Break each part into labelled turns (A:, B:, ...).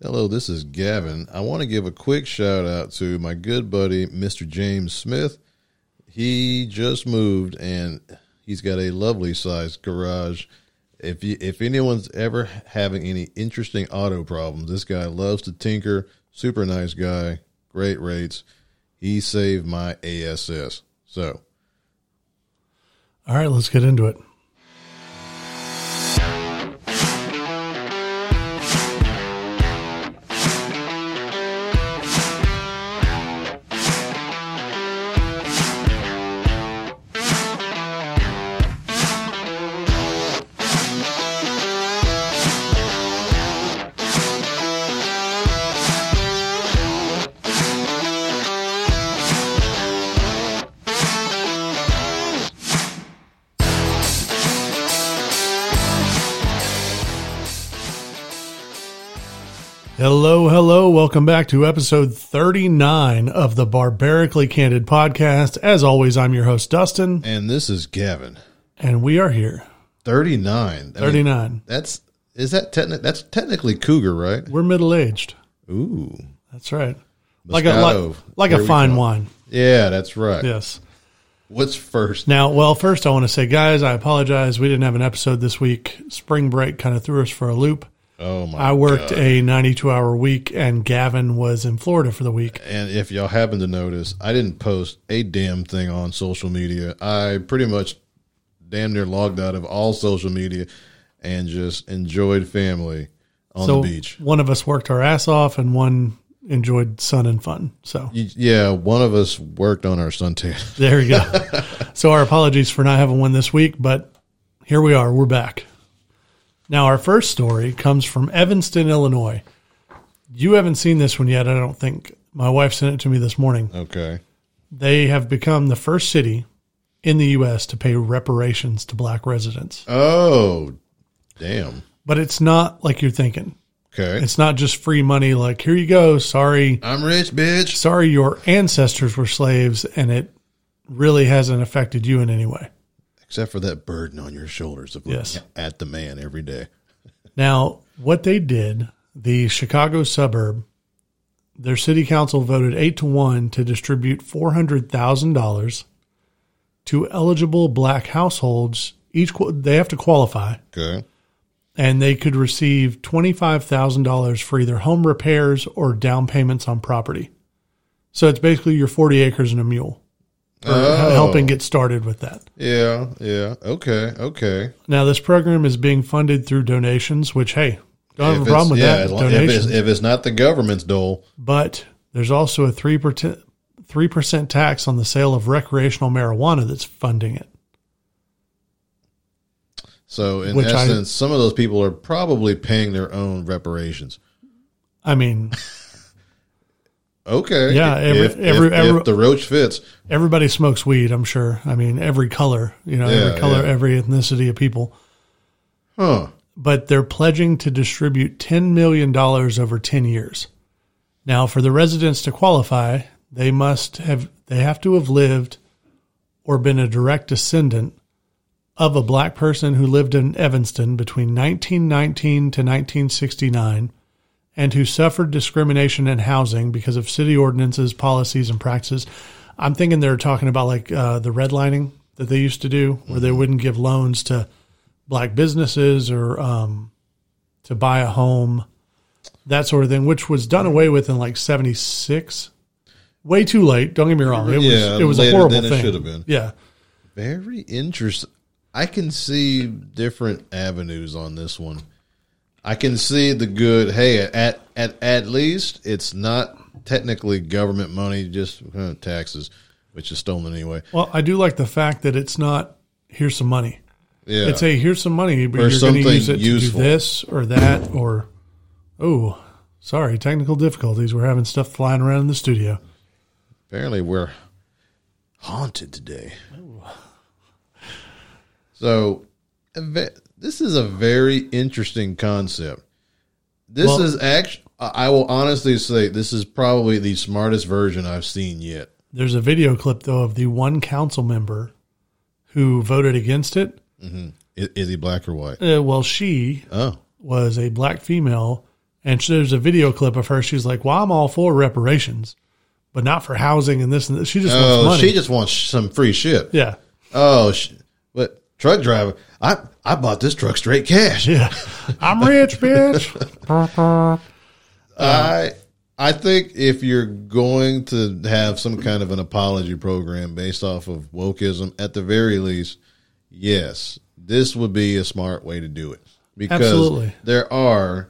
A: Hello, this is Gavin. I want to give a quick shout out to my good buddy, Mr. James Smith. He just moved and he's got a lovely sized garage. If you, if anyone's ever having any interesting auto problems, this guy loves to tinker. Super nice guy, great rates. He saved my ASS. So,
B: All right, let's get into it. Hello, hello. Welcome back to episode 39 of the Barbarically Candid podcast. As always, I'm your host, Dustin,
A: and this is Gavin.
B: and we are here.
A: 39. I mean,
B: 39.
A: that's is that techni- that's technically cougar, right?
B: We're middle aged.
A: Ooh.
B: That's right. Like a, like,
A: Moscato.
B: like
A: Here
B: a
A: we
B: fine
A: go.
B: wine.
A: Yeah, that's right.
B: Yes.
A: What's first?
B: Now, well, first I want to say, guys, I apologize. We didn't have an episode this week. Spring break kind of threw us for a loop.
A: Oh my!
B: I worked a 92 hour week, and Gavin was in Florida for the week.
A: and if y'all happen to notice, I didn't post a damn thing on social media. I pretty much damn near logged out of all social media and just enjoyed family on
B: so
A: the beach.
B: one of us worked our ass off, and one enjoyed sun and fun. So
A: You- yeah, one of us worked on our suntan.
B: there you go. so our apologies for not having one this week, but here we are. We're back. Now, our first story comes from Evanston, Illinois. You haven't seen this one yet, I don't think. My wife sent it to me this morning.
A: Okay,
B: They have become the first city in the U.S. to pay reparations to black residents.
A: Oh, damn.
B: But it's not like you're thinking.
A: Okay.
B: It's not just free money, like, here you go. Sorry.
A: I'm rich, bitch.
B: Sorry, your ancestors were slaves and it really hasn't affected you in any way.
A: Except for that burden on your shoulders of looking
B: Yes.
A: at the man every day.
B: Now, what they did, the Chicago suburb, their city council voted eight to one to distribute $400,000 to eligible black households. Each qu- they have to qualify,
A: Okay.
B: and they could receive $25,000 for either home repairs or down payments on property. So it's basically your 40 acres and a mule for
A: Oh.
B: helping get started with that.
A: Yeah, yeah. Okay, okay.
B: Now, this program is being funded through donations, which, hey, don't have
A: If
B: a problem
A: it's-
B: with
A: yeah,
B: that.
A: as long- if, it's, if it's not the government's dole,
B: but there's also a 3% 3% tax on the sale of recreational marijuana that's funding it.
A: so in
B: Which I-
A: essence, some of those people are probably paying their own reparations.
B: I mean,
A: Okay.
B: Yeah, every-
A: if,
B: every-
A: if,
B: every-
A: if the roach fits,
B: everybody smokes weed, I'm sure. I mean, every color, you know,
A: Yeah,
B: every color,
A: yeah.
B: every ethnicity of people.
A: huh?
B: But they're pledging to distribute $10 million over 10 years. Now, for the residents to qualify, they must have they have to have lived or been a direct descendant of a black person who lived in Evanston between 1919 to 1969 and who suffered discrimination in housing because of city ordinances, policies, and practices. I'm thinking they're talking about like uh, the redlining that they used to do, where they wouldn't give loans to black businesses or um, to buy a home, that sort of thing, which was done away with in like '76. Way too late. Don't get me wrong. It
A: Yeah,
B: was it was a
A: later
B: horrible
A: than it
B: thing.
A: should have been.
B: Yeah.
A: Very interesting. I can see different avenues on this one. I can see the good. Hey, at at at least it's not technically government money, just uh, taxes, which is stolen anyway.
B: Well, I do like the fact that it's not here's some money.
A: Yeah,
B: It's a here's some money, but
A: Or
B: you're going to
A: something
B: use it
A: useful.
B: to do this or that or oh, sorry, technical difficulties. We're having stuff flying around in the studio.
A: Apparently, we're haunted today. So, a ve- this is a very interesting concept. This
B: Well-
A: is actually, I will honestly say, this is probably the smartest version I've seen yet.
B: There's a video clip though of the one council member who voted against it.
A: Is, is he black or white?
B: Uh, well, she
A: Oh,
B: was a black female And she- there's a video clip of her. She's like, "Well, I'm all for reparations, but not for housing and this and this." She just wants
A: Oh,
B: money.
A: she just wants some free shit.
B: yeah,
A: Oh, sh- but truck driver, I I bought this truck straight cash.
B: yeah. I'm rich, bitch.
A: I I think if you're going to have some kind of an apology program based off of wokeism, at the very least, yes, this would be a smart way to do it because
B: Absolutely.
A: there are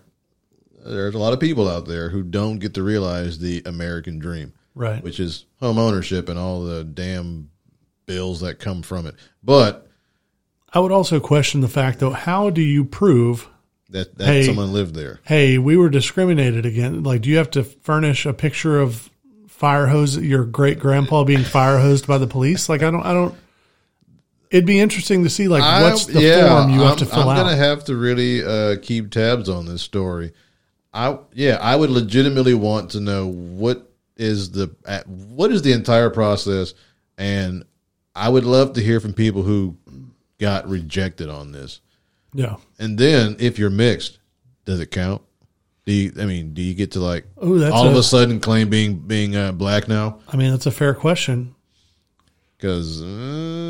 A: there's a lot of people out there who don't get to realize the American dream,
B: Right.
A: which is home ownership and all the damn bills that come from it. But
B: I would also question the fact, though, how do you prove
A: that that
B: Hey.
A: someone lived there.
B: hey, we were discriminated against. Like, do you have to furnish a picture of fire hose your great grandpa being fire hosed by the police? Like, I don't, I don't. It'd be interesting to see like
A: I-
B: what's the form you have
A: I'm,
B: to
A: I'm
B: fill out.
A: gonna have to really uh, keep tabs on this story. I yeah, I would legitimately want to know what is the at- what is the entire process, and I would love to hear from people who got rejected on this.
B: yeah.
A: And then if you're mixed, does it count? Do you, I mean, do you get to like
B: Oh, that's
A: all of
B: a-
A: a sudden claim being being uh, black now?
B: I mean, that's a fair question.
A: Because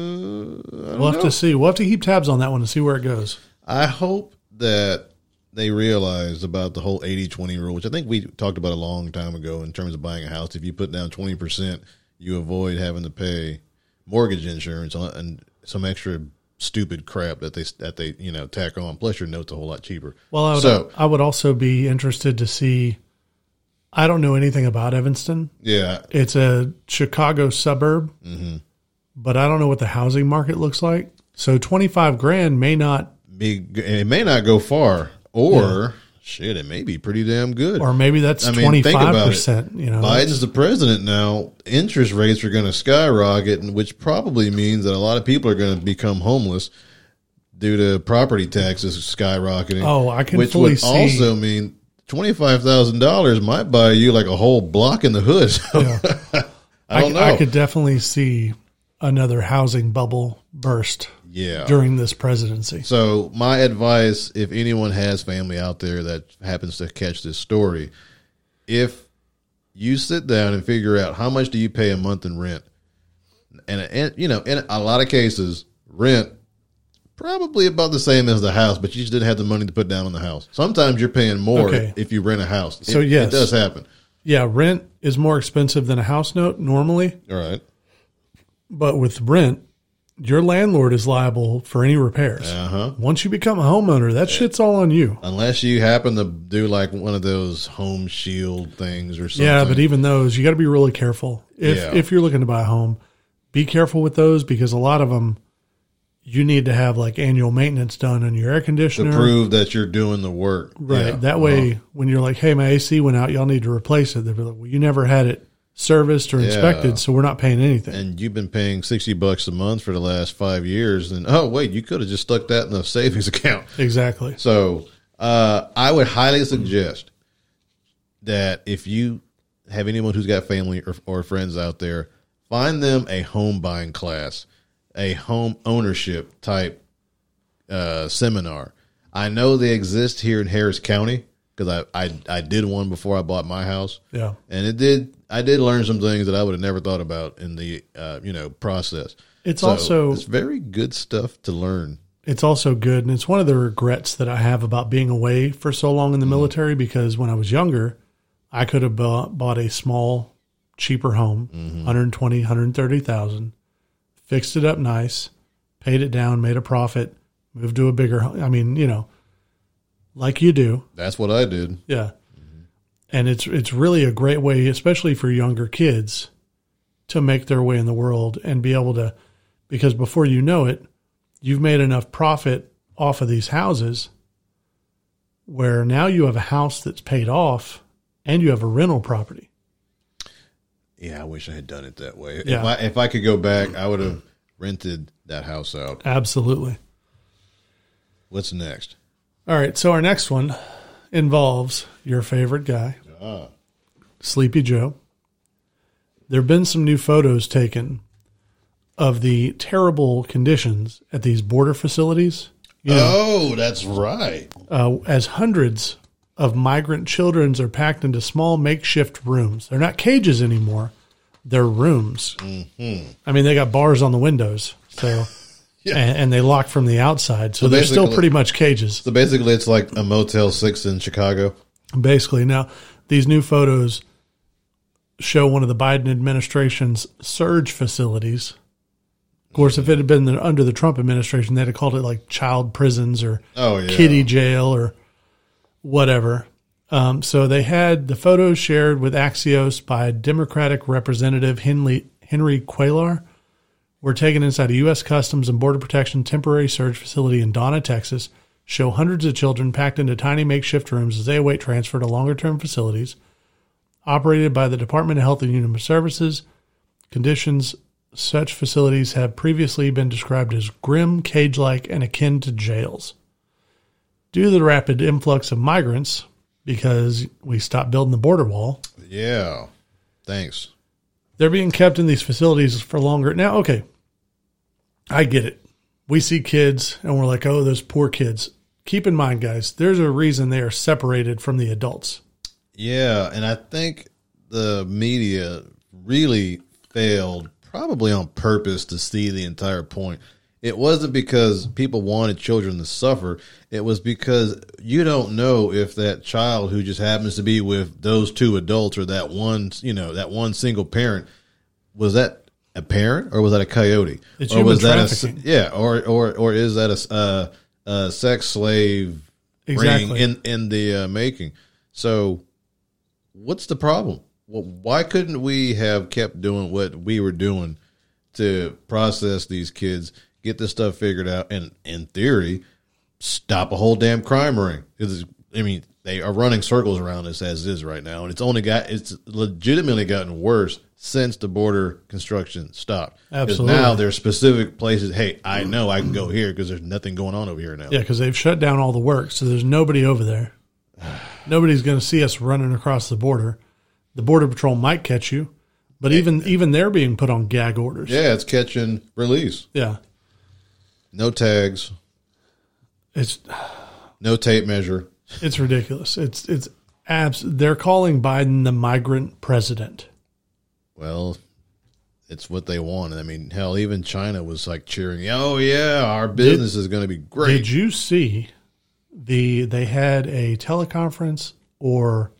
A: uh,
B: We'll have to see. We'll have to keep tabs on that one and see where it goes.
A: I hope that they realize about the whole 80 20 rule, which I think we talked about a long time ago in terms of buying a house. If you put down 20%, you avoid having to pay mortgage insurance on, and some extra stupid crap that they that they you know tack on plus your notes a whole lot cheaper
B: Well, I would,
A: so
B: I would also be interested to see. I don't know anything about Evanston.
A: yeah
B: It's a Chicago suburb,
A: Mm-hmm.
B: but I don't know what the housing market looks like. So twenty five grand may not
A: big and it may not go far or shit it may be pretty damn good
B: or maybe that's
A: I mean,
B: twenty
A: think
B: five
A: about
B: percent. You know,
A: Biden's the president now. Interest rates are going to skyrocket, and which probably means that a lot of people are going to become homeless due to property taxes skyrocketing.
B: Oh, I can
A: which
B: fully
A: would
B: see-
A: also mean twenty five thousand dollars might buy you like a whole block in the hood. So I don't know.
B: I could definitely see another housing bubble burst
A: yeah.
B: during this presidency.
A: So my advice, if anyone has family out there that happens to catch this story, if you sit down and figure out how much do you pay a month in rent, and, and you know, in a lot of cases, rent probably about the same as the house, but you just didn't have the money to put down on the house. Sometimes you're paying more
B: Okay.
A: if you rent a house.
B: So,
A: it,
B: yes.
A: it does happen.
B: Yeah, rent is more expensive than a house note normally,
A: All right.
B: but with rent, your landlord is liable for any repairs. Uh-huh. Once you become a homeowner, that shit's all on you.
A: Unless you happen to do like one of those home shield things or something.
B: Yeah, but even those, you got to be really careful. If
A: Yeah.
B: if you're looking to buy a home, be careful with those because a lot of them you need to have like annual maintenance done on your air
A: to
B: conditioner.
A: prove that you're doing the work.
B: Right.
A: Yeah. Uh-huh.
B: That way, when you're like, "Hey, my AC went out. Y'all need to replace it," they'll be like, "Well, you never had it serviced or inspected, so we're not paying anything."
A: and you've been paying 60 bucks a month for the last five years and oh wait you could have just stuck that in a savings account
B: exactly.
A: so uh, i would highly suggest that if you have anyone who's got family or, or friends out there find them a home buying class a home ownership type uh, seminar i know they exist here in harris county because I, I, I did one before i bought my house
B: Yeah.
A: and it did i did learn some things that i would have never thought about in the uh, you know process
B: It's
A: So,
B: also
A: it's very good stuff to learn
B: it's also good, and it's one of the regrets that I have about being away for so long in the military because when I was younger, I could have bought, bought a small, cheaper home, 120, 130,000, fixed it up nice, paid it down, made a profit, moved to a bigger home. I mean, you know, like you do.
A: that's what i did
B: Yeah. And it's it's really a great way, especially for younger kids, to make their way in the world and be able to because before you know it, you've made enough profit off of these houses where now you have a house that's paid off and you have a rental property.
A: yeah i wish i had done it that way if,
B: Yeah.
A: I, if i could go back i would have rented that house out
B: Absolutely.
A: what's next
B: All right, so our next one involves your favorite guy, Sleepy Joe. There have been some new photos taken of the terrible conditions at these border facilities,
A: oh that's right
B: uh, as hundreds of migrant children are packed into small makeshift rooms. They're not cages anymore; they're rooms. I mean, they got bars on the windows, so and, and they lock from the outside, so, they're still
A: basically-
B: pretty much cages,
A: So basically, it's like a Motel Six in Chicago.
B: basically. Now, these new photos show one of the Biden administration's surge facilities. Of course, if it had been the, under the Trump administration, they'd have called it like child prisons or
A: Oh yeah,
B: kitty jail or whatever. Um, so they had the photos shared with Axios by Democratic Representative Henley, Henry Cuellar were taken inside a U.S. Customs and Border Protection temporary surge facility in Donna, Texas, show hundreds of children packed into tiny makeshift rooms as they await transfer to longer term facilities operated by the Department of Health and Human Services. Conditions such facilities have previously been described as grim, cage like, and akin to jails due to the rapid influx of migrants because we stopped building the border wall
A: Yeah. Thanks.
B: they're being kept in these facilities for longer now okay i get it we see kids and we're like oh those poor kids keep in mind guys there's a reason they are separated from the adults
A: Yeah, and I think the media really failed, probably on purpose, to see the entire point. It wasn't because people wanted children to suffer. It was because you don't know if that child who just happens to be with those two adults or that one, you know, that one single parent was that a parent or was that a coyote?
B: It's
A: or
B: human
A: was that a,
B: trafficking.
A: yeah, or or or is that a, uh, a sex slave
B: exactly
A: ring in in the uh, making. So, what's the problem? Well, why couldn't we have kept doing what we were doing to process these kids, get this stuff figured out, and in theory, stop a whole damn crime ring? Because I mean, they are running circles around us as is right now, and it's only got it's legitimately gotten worse since the border construction stopped. 'Cause
B: Absolutely.
A: now there's specific places. Hey, I know I can go here because there's nothing going on over here now.
B: yeah because they've shut down all the work so there's nobody over there nobody's going to see us running across the border the border patrol might catch you but even even they're being put on gag orders
A: Yeah, it's catch and release.
B: yeah.
A: No tags,
B: it's
A: no tape measure.
B: It's ridiculous. It's it's abs. They're calling Biden the migrant president.
A: Well, it's what they want. I mean, hell, even China was like cheering, "Oh yeah, our business is going to be great."
B: Did you see the they had a teleconference or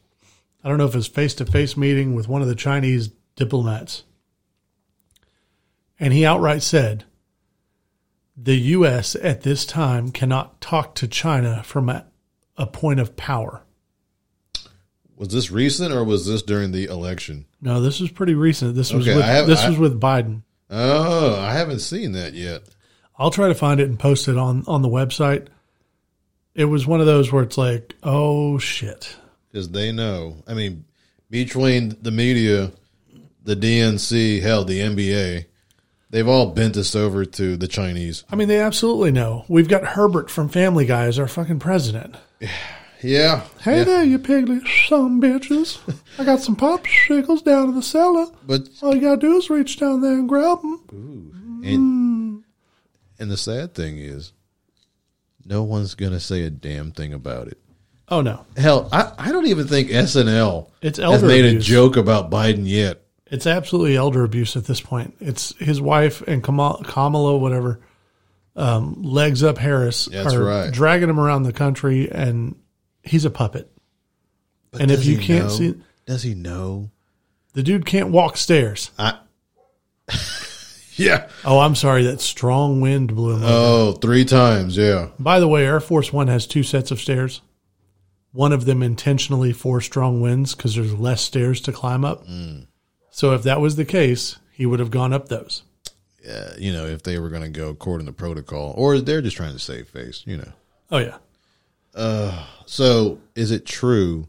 B: I don't know if it was face to face meeting with one of the Chinese diplomats. And he outright said the US at this time cannot talk to China from a, a point of power.
A: Was this recent or was this during the election?
B: No, this was pretty recent. This was
A: Okay,
B: with,
A: I have-
B: this
A: I-
B: was with Biden.
A: Oh, I haven't seen that yet.
B: I'll try to find it and post it on on the website. It was one of those where it's like, oh shit.
A: because they know. I mean, between the media, the DNC, hell, the NBA, they've all bent us over to the Chinese.
B: I mean, they absolutely know. We've got Herbert from Family Guy as our fucking president.
A: Yeah,
B: Hey
A: yeah.
B: there, you piglet, some bitches. I got some popsicles down in the cellar.
A: but
B: All you gotta do is reach down there and grab them.
A: And, and the sad thing is, no one's going to say a damn thing about it.
B: Oh no,
A: Hell, I, I don't even think SNL
B: It's
A: has
B: elder
A: made
B: abuse.
A: a joke about Biden yet.
B: it's absolutely elder abuse at this point. It's his wife and Kamala, Kamala whatever, um, legs up Harris
A: That's
B: are
A: right.
B: dragging him around the country, and he's a puppet.
A: But
B: And if
A: does
B: you
A: he
B: can't
A: know?
B: see-
A: Does he know?
B: The dude can't walk stairs.
A: I. yeah.
B: Oh, I'm sorry. That strong wind blew him.
A: Oh, three times. Yeah.
B: By the way, Air Force One has two sets of stairs. One of them intentionally for strong winds because there's less stairs to climb up. So if that was the case, he would have gone up those.
A: Uh, you know, if they were going to go according to protocol, or they're just trying to save face, you know.
B: Oh yeah,
A: So, is it true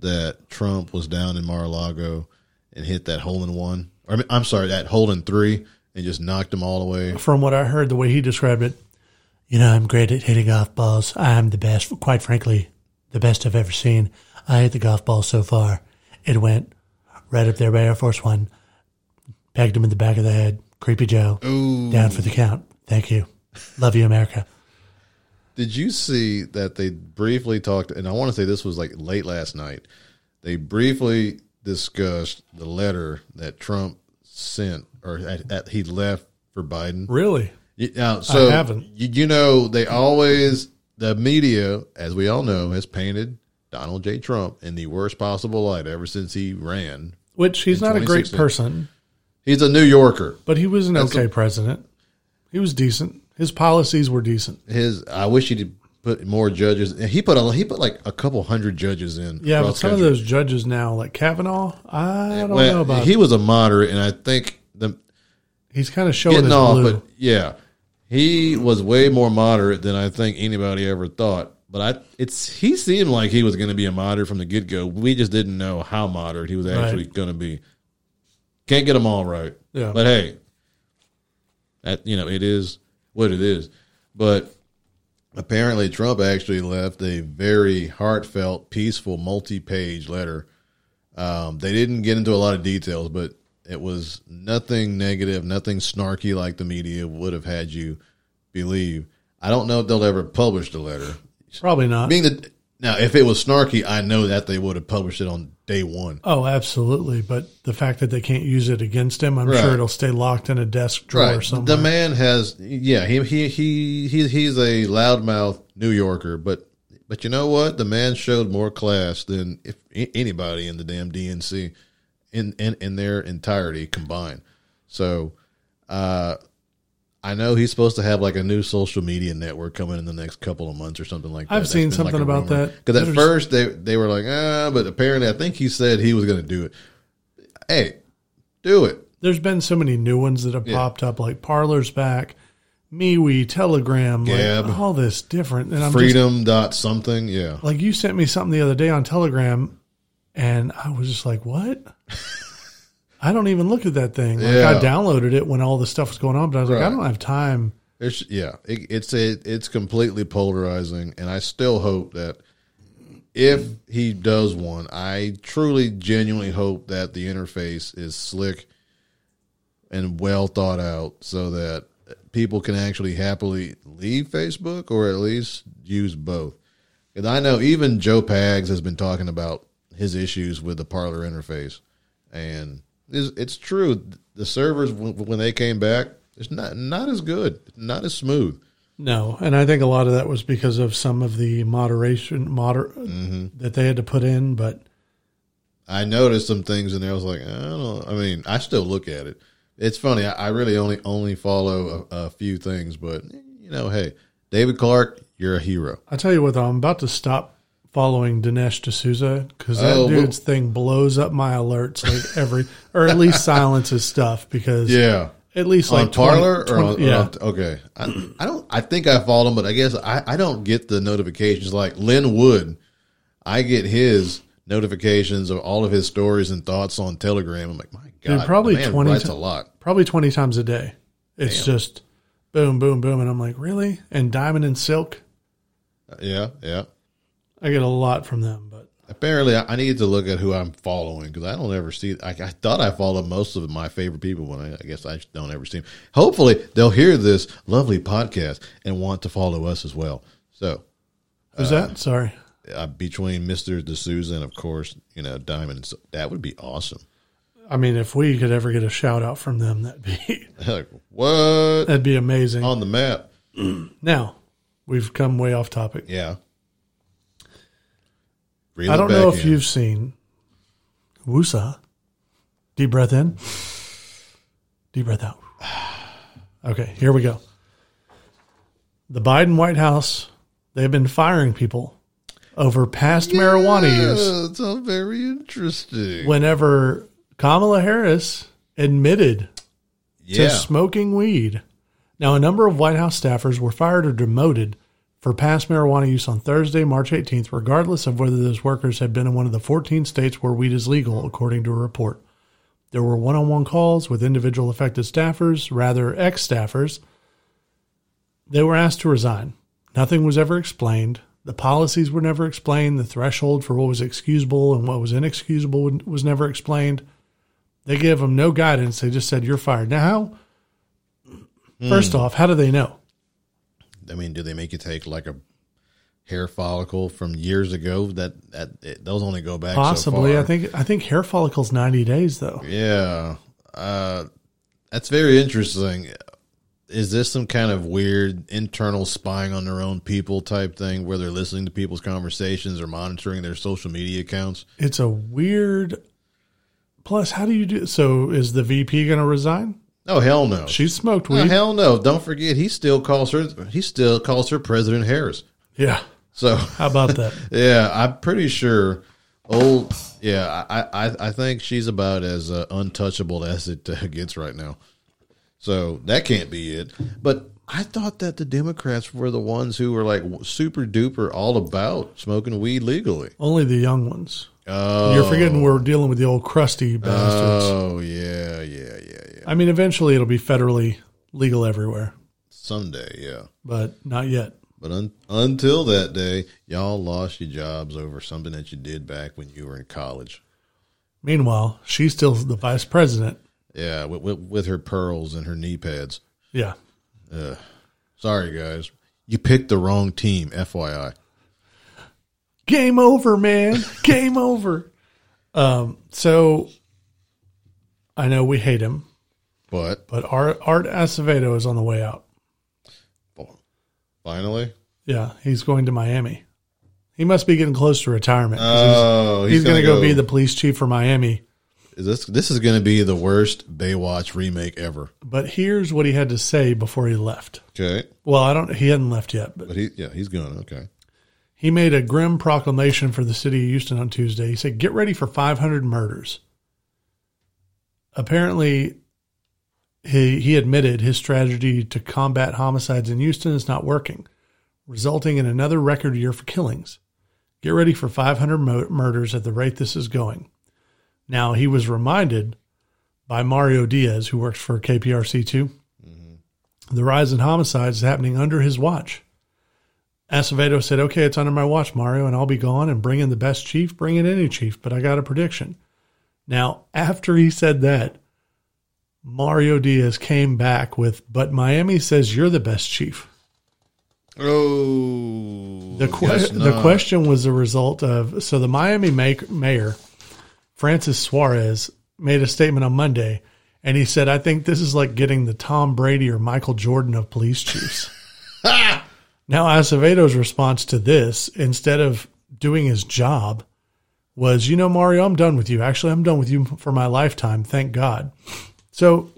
A: that Trump was down in Mar-a-Lago and hit that hole in one? Or, I mean, I'm sorry, that hole in three and just knocked them all away?
B: from what I heard, the way he described it, you know, I'm great at hitting golf balls. I'm the best, quite frankly, the best I've ever seen. I hit the golf ball so far. It went right up there by Air Force One, pegged him in the back of the head. Creepy Joe.
A: Ooh.
B: Down for the count. Thank you. Love you, America.
A: Did you see that they briefly talked? And I want to say this was like late last night. They briefly discussed the letter that Trump sent, or that that he left for Biden.
B: Really?
A: You- Now, so
B: haven't.
A: You, you know, they always the media, as we all know, has painted Donald J. Trump in the worst possible light ever since he ran.
B: Which he's
A: In
B: not a great
A: 2016.
B: person,
A: He's a New Yorker.
B: but he was an okay president. He was decent. His policies were decent.
A: His I wish he'd put more judges. and He put a he put like a couple hundred judges in.
B: Yeah, but
A: across
B: some
A: country.
B: of those judges now, like Kavanaugh, I don't
A: Well,
B: know about.
A: he was a moderate, and I think the
B: he's kind of showing his
A: getting off,
B: blue.
A: but yeah, he was way more moderate than I think anybody ever thought. But I, it's he seemed like he was going to be a moderate from the get go. We just didn't know how moderate he was actually going to be. Can't get them all right,
B: Yeah.
A: But hey, that you know it is what it is. But apparently, Trump actually left a very heartfelt, peaceful, multi-page letter. Um, they didn't get into a lot of details, but it was nothing negative, nothing snarky like the media would have had you believe. I don't know if they'll ever publish the letter.
B: Probably not.
A: Being that now, if it was snarky, I know that they would have published it on day one.
B: Oh, absolutely. But the fact that they can't use it against him, I'm
A: Right.
B: sure it'll stay locked in a desk drawer or something.
A: The man has, yeah, he he he, he he's a loudmouth New Yorker, but but you know what? The man showed more class than if a- anybody in the damn DNC in in, in their entirety combined. So, uh, I know he's supposed to have like a new social media network coming in the next couple of months or something like that.
B: I've seen something about that.
A: Because at
B: There's-
A: first they they were like, ah, but apparently I think he said he was going to do it. Hey, do it.
B: There's been so many new ones that have popped up, like Parlor's back, MeWe, Telegram,
A: Gab.
B: like all this different. And I'm just
A: freedom dot something yeah
B: like you sent me something the other day on Telegram, and I was just like, "What?" I don't even look at that thing. Like I
A: Yeah.
B: downloaded it when all this stuff was going on, but I was like, "I
A: Right.
B: don't have time."
A: it's yeah it, it's it, it's completely polarizing and i still hope that if he does one i truly genuinely hope that the interface is slick and well thought out so that people can actually happily leave facebook or at least use both and i know even joe pags has been talking about his issues with the parlor interface and it's, it's true. The servers w- when they came back, it's not not as good, not as smooth.
B: No, and I think a lot of that was because of some of the moderation moder-
A: Mm-hmm.
B: that they had to put in. But
A: I noticed some things in there. I was like, I don't. I mean, I still look at it. It's funny. I, I really only only follow a, a few things, but you know, hey, David Clark, you're a hero.
B: I tell you what, though, I'm about to stop following Dinesh D'Souza because that
A: Oh, well-
B: dude's thing blows up my alerts like every, or at least silences stuff because
A: Yeah.
B: at least
A: On
B: like 20
A: Parlor or
B: 20
A: on,
B: yeah.
A: or on- okay, I, I don't. I think I follow him, but I guess I, I don't get the notifications like Lynn Wood. I get his notifications of all of his stories and thoughts on Telegram. I'm like, my God, the
B: probably
A: man
B: 20
A: writes
B: ti-
A: a lot.
B: probably 20 times a day. It's just boom, boom, boom. And I'm like, really? And Diamond and Silk?
A: Yeah, yeah.
B: I get a lot from them, but
A: Apparently, I I need to look at who I'm following because I don't ever see. I, I thought I followed most of my favorite people, when I, I guess I just don't ever see them. Hopefully, they'll hear this lovely podcast and want to follow us as well. So,
B: who's that? Sorry.
A: uh, between Mister D'Souza and, of course, you know Diamonds, that would be awesome.
B: I mean, if we could ever get a shout out from them, that'd be
A: like what
B: that'd be amazing.
A: on the map?
B: now, we've come way off topic.
A: Yeah. Reel
B: I
A: it
B: don't know
A: back
B: if
A: in.
B: you've seen Wusa. Deep breath in. Deep breath out. Okay, here we go. The Biden White House, they've been firing people over past marijuana use
A: Yeah, It's all very interesting.
B: whenever Kamala Harris admitted to
A: yeah.
B: smoking weed. Now, a number of White House staffers were fired or demoted for past marijuana use on Thursday, March 18th, regardless of whether those workers had been in one of the 14 states where weed is legal, according to a report. There were one on one calls with individual affected staffers, rather ex staffers. They were asked to resign. Nothing was ever explained. The policies were never explained. The threshold for what was excusable and what was inexcusable was never explained. They gave them no guidance. They just said, You're fired. Now, how?
A: Hmm.
B: First off, how do they know?
A: I mean, do they make you take like a hair follicle from years ago that that it, those only go back so
B: Possibly, I
A: far.
B: think I think hair follicles ninety days though.
A: Yeah. Uh, that's very interesting. Is this some kind of weird internal spying on their own people type thing where they're listening to people's conversations or monitoring their social media accounts?
B: It's a weird. Plus, how do you do? So, is the VP going to resign?
A: Oh hell no.
B: She smoked
A: Oh,
B: weed.
A: hell no. Don't forget he still calls her he still calls her President Harris.
B: yeah.
A: So
B: How about that?
A: yeah, I'm pretty sure old yeah, I I, I think she's about as uh, untouchable as it uh, gets right now. So that can't be it. But I thought that the Democrats were the ones who were like super duper all about smoking weed legally.
B: Only the young ones.
A: Oh,
B: You're forgetting we're dealing with the old crusty bastards.
A: oh yeah, yeah, yeah, Uh, yeah.
B: I mean, eventually it'll be federally legal everywhere,
A: Someday, yeah.
B: but not yet.
A: But un- until that day, y'all lost your jobs over something that you did back when you were in college.
B: Meanwhile, she's still the vice president.
A: Yeah, with, with, with her pearls and her knee pads.
B: Yeah.
A: Sorry, guys. You picked the wrong team, FYI.
B: Game over, man. Game over. Um, so I know we hate him,
A: But
B: but Art, Art Acevedo is on the way out.
A: finally,
B: Yeah, he's going to Miami. He must be getting close to retirement. 'cause he's-
A: oh,
B: Uh, he's going to go, be the police chief for Miami.
A: Is this this is going to be the worst Baywatch remake ever.
B: But here's what he had to say before he left.
A: Okay,
B: Well, I don't. He hadn't left yet, but
A: but he yeah he's going okay.
B: He made a grim proclamation for the city of Houston on Tuesday. He said, Get ready for 500 murders. Apparently, he, he admitted his strategy to combat homicides in Houston is not working, resulting in another record year for killings. Get ready for 500 mo- murders at the rate this is going. Now, he was reminded by Mario Diaz, who works for KPRC2, the rise in homicides is happening under his watch. Acevedo said, Okay, it's under my watch, Mario, and I'll be gone and bring in the best chief, bring in any chief, but I got a prediction. Now, after he said that, Mario Diaz came back with, But Miami says you're the best chief.
A: Oh,
B: The, que- the question was the result of so the Miami ma- mayor, Francis Suarez, made a statement on Monday, and he said, I think this is like getting the Tom Brady or Michael Jordan of police chiefs. now, Acevedo's response to this, instead of doing his job, was, You know, Mario, I'm done with you. Actually, I'm done with you for my lifetime. Thank God. So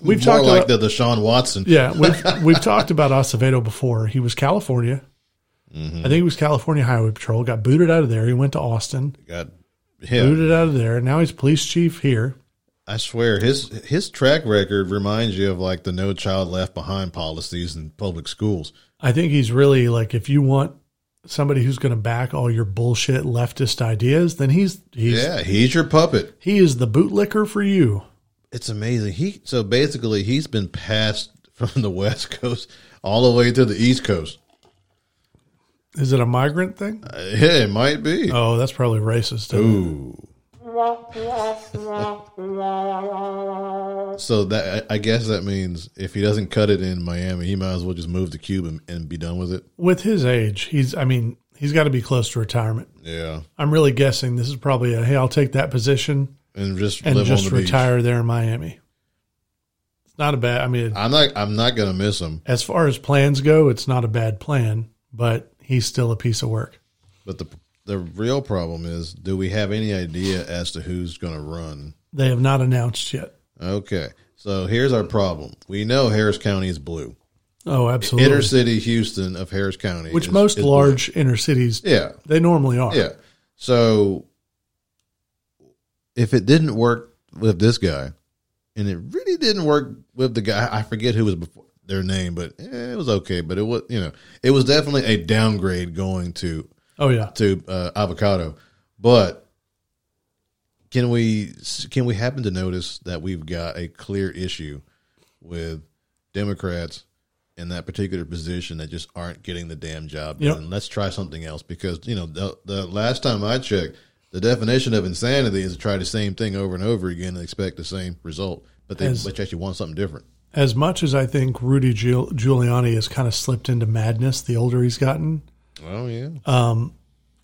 B: we've
A: more
B: talked
A: like
B: about
A: the Deshaun Watson.
B: yeah, we've we've talked about Acevedo before. He was California.
A: Mm-hmm.
B: I think he was California Highway Patrol. Got booted out of there. He went to Austin.
A: God, yeah,
B: Booted out of there. Now he's police chief here.
A: I swear his his track record reminds you of like the No Child Left Behind policies in public schools.
B: I think he's really like if you want somebody who's going to back all your bullshit leftist ideas, then he's he's
A: Yeah, he's your puppet.
B: he is the bootlicker for you.
A: It's amazing. He so basically he's been passed from the West Coast all the way to the East Coast.
B: Is it a migrant thing?
A: Uh, yeah, it might be.
B: Oh, that's probably racist. isn't it?
A: Ooh. so that I I guess that means if he doesn't cut it in Miami, he might as well just move to Cuba and, and be done with it.
B: With his age, he's I mean he's got to be close to retirement.
A: Yeah,
B: I'm really guessing this is probably a hey I'll take that position.
A: and just
B: and
A: live
B: just
A: on the beach.
B: retire there in Miami. It's not a bad. I mean,
A: I'm not. I'm not gonna miss him.
B: as far as plans go, it's not a bad plan. But he's still a piece of work.
A: But the the real problem is, do we have any idea as to who's gonna run?
B: They have not announced yet.
A: Okay, so here's our problem. We know Harris County is blue.
B: Oh, absolutely.
A: Inner city Houston of Harris County,
B: Which
A: is-
B: most
A: is blue.
B: large inner cities
A: Yeah,
B: they normally are.
A: Yeah. So if it didn't work with this guy, and it really didn't work with the guy, I forget who was before their name, but eh, it was okay. But it was you know it was definitely a downgrade going to
B: Oh yeah.
A: to uh, avocado. But can we can we happen to notice that we've got a clear issue with Democrats in that particular position that just aren't getting the damn job
B: Yep.
A: done? Let's try something else because you know the, the last time I checked, the definition of insanity is to try the same thing over and over again and expect the same result, but they
B: As-
A: but you actually want something different.
B: As much as I think Rudy Giul- Giuliani has kind of slipped into madness the older he's gotten,
A: Oh yeah,
B: Uh,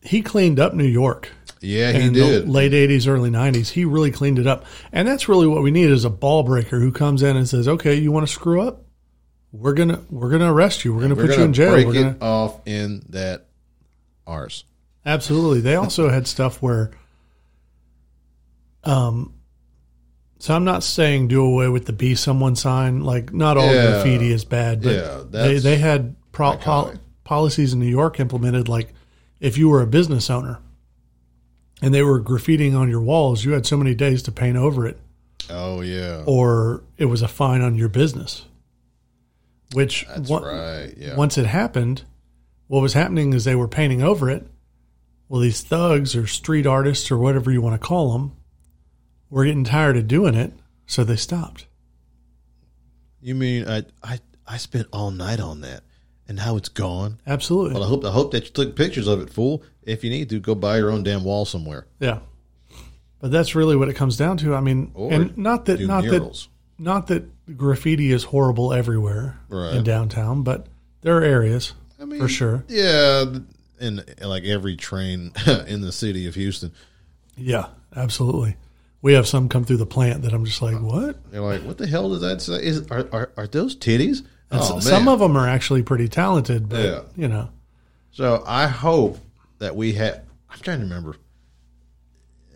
B: He cleaned up New York
A: yeah, he
B: in
A: did.
B: the late 80s, early 90s. He really cleaned it up. And that's really what we need is a ball breaker who comes in and says, "Okay, you want to screw up? We're going to we're going to arrest you. We're going to
A: We're
B: put
A: gonna
B: you in jail.
A: break
B: We're
A: it
B: gonna-
A: off in that arse.
B: Absolutely. They also had stuff where, um, so I'm not saying do away with the be someone sign. Like not all
A: Yeah.
B: graffiti is bad, but
A: Yeah,
B: they
A: that's
B: they had pro- pol-
A: iconic.
B: policies in New York implemented. Like if you were a business owner and they were graffitiing on your walls, you had so many days to paint over it,
A: Oh yeah,
B: or it was a fine on your business. Which
A: that's
B: one-
A: right. Yeah,
B: once it happened, what was happening is they were painting over it. Well, these thugs or street artists or whatever you want to call them were getting tired of doing it, so they stopped.
A: you mean I I I spent all night on that, and now it's gone.
B: Absolutely.
A: Well, I hope I hope that you took pictures of it, fool. If you need to, go buy your own damn wall somewhere
B: yeah. But that's really what it comes down to. I mean,
A: Or
B: and not that
A: do
B: not
A: murals.
B: that not that graffiti is horrible everywhere
A: Right.
B: in downtown, but there are areas
A: I mean,
B: for sure.
A: Yeah, and like every train in the city of Houston,
B: Yeah, absolutely. We have some come through the plant that I'm just
A: Uh,
B: like, what?
A: they're like, "What the hell does that say? Is are are, are those titties?"
B: And
A: oh
B: s-
A: man.
B: some of them are actually pretty talented, but
A: Yeah.
B: you know,
A: so I hope that we have. I'm trying to remember.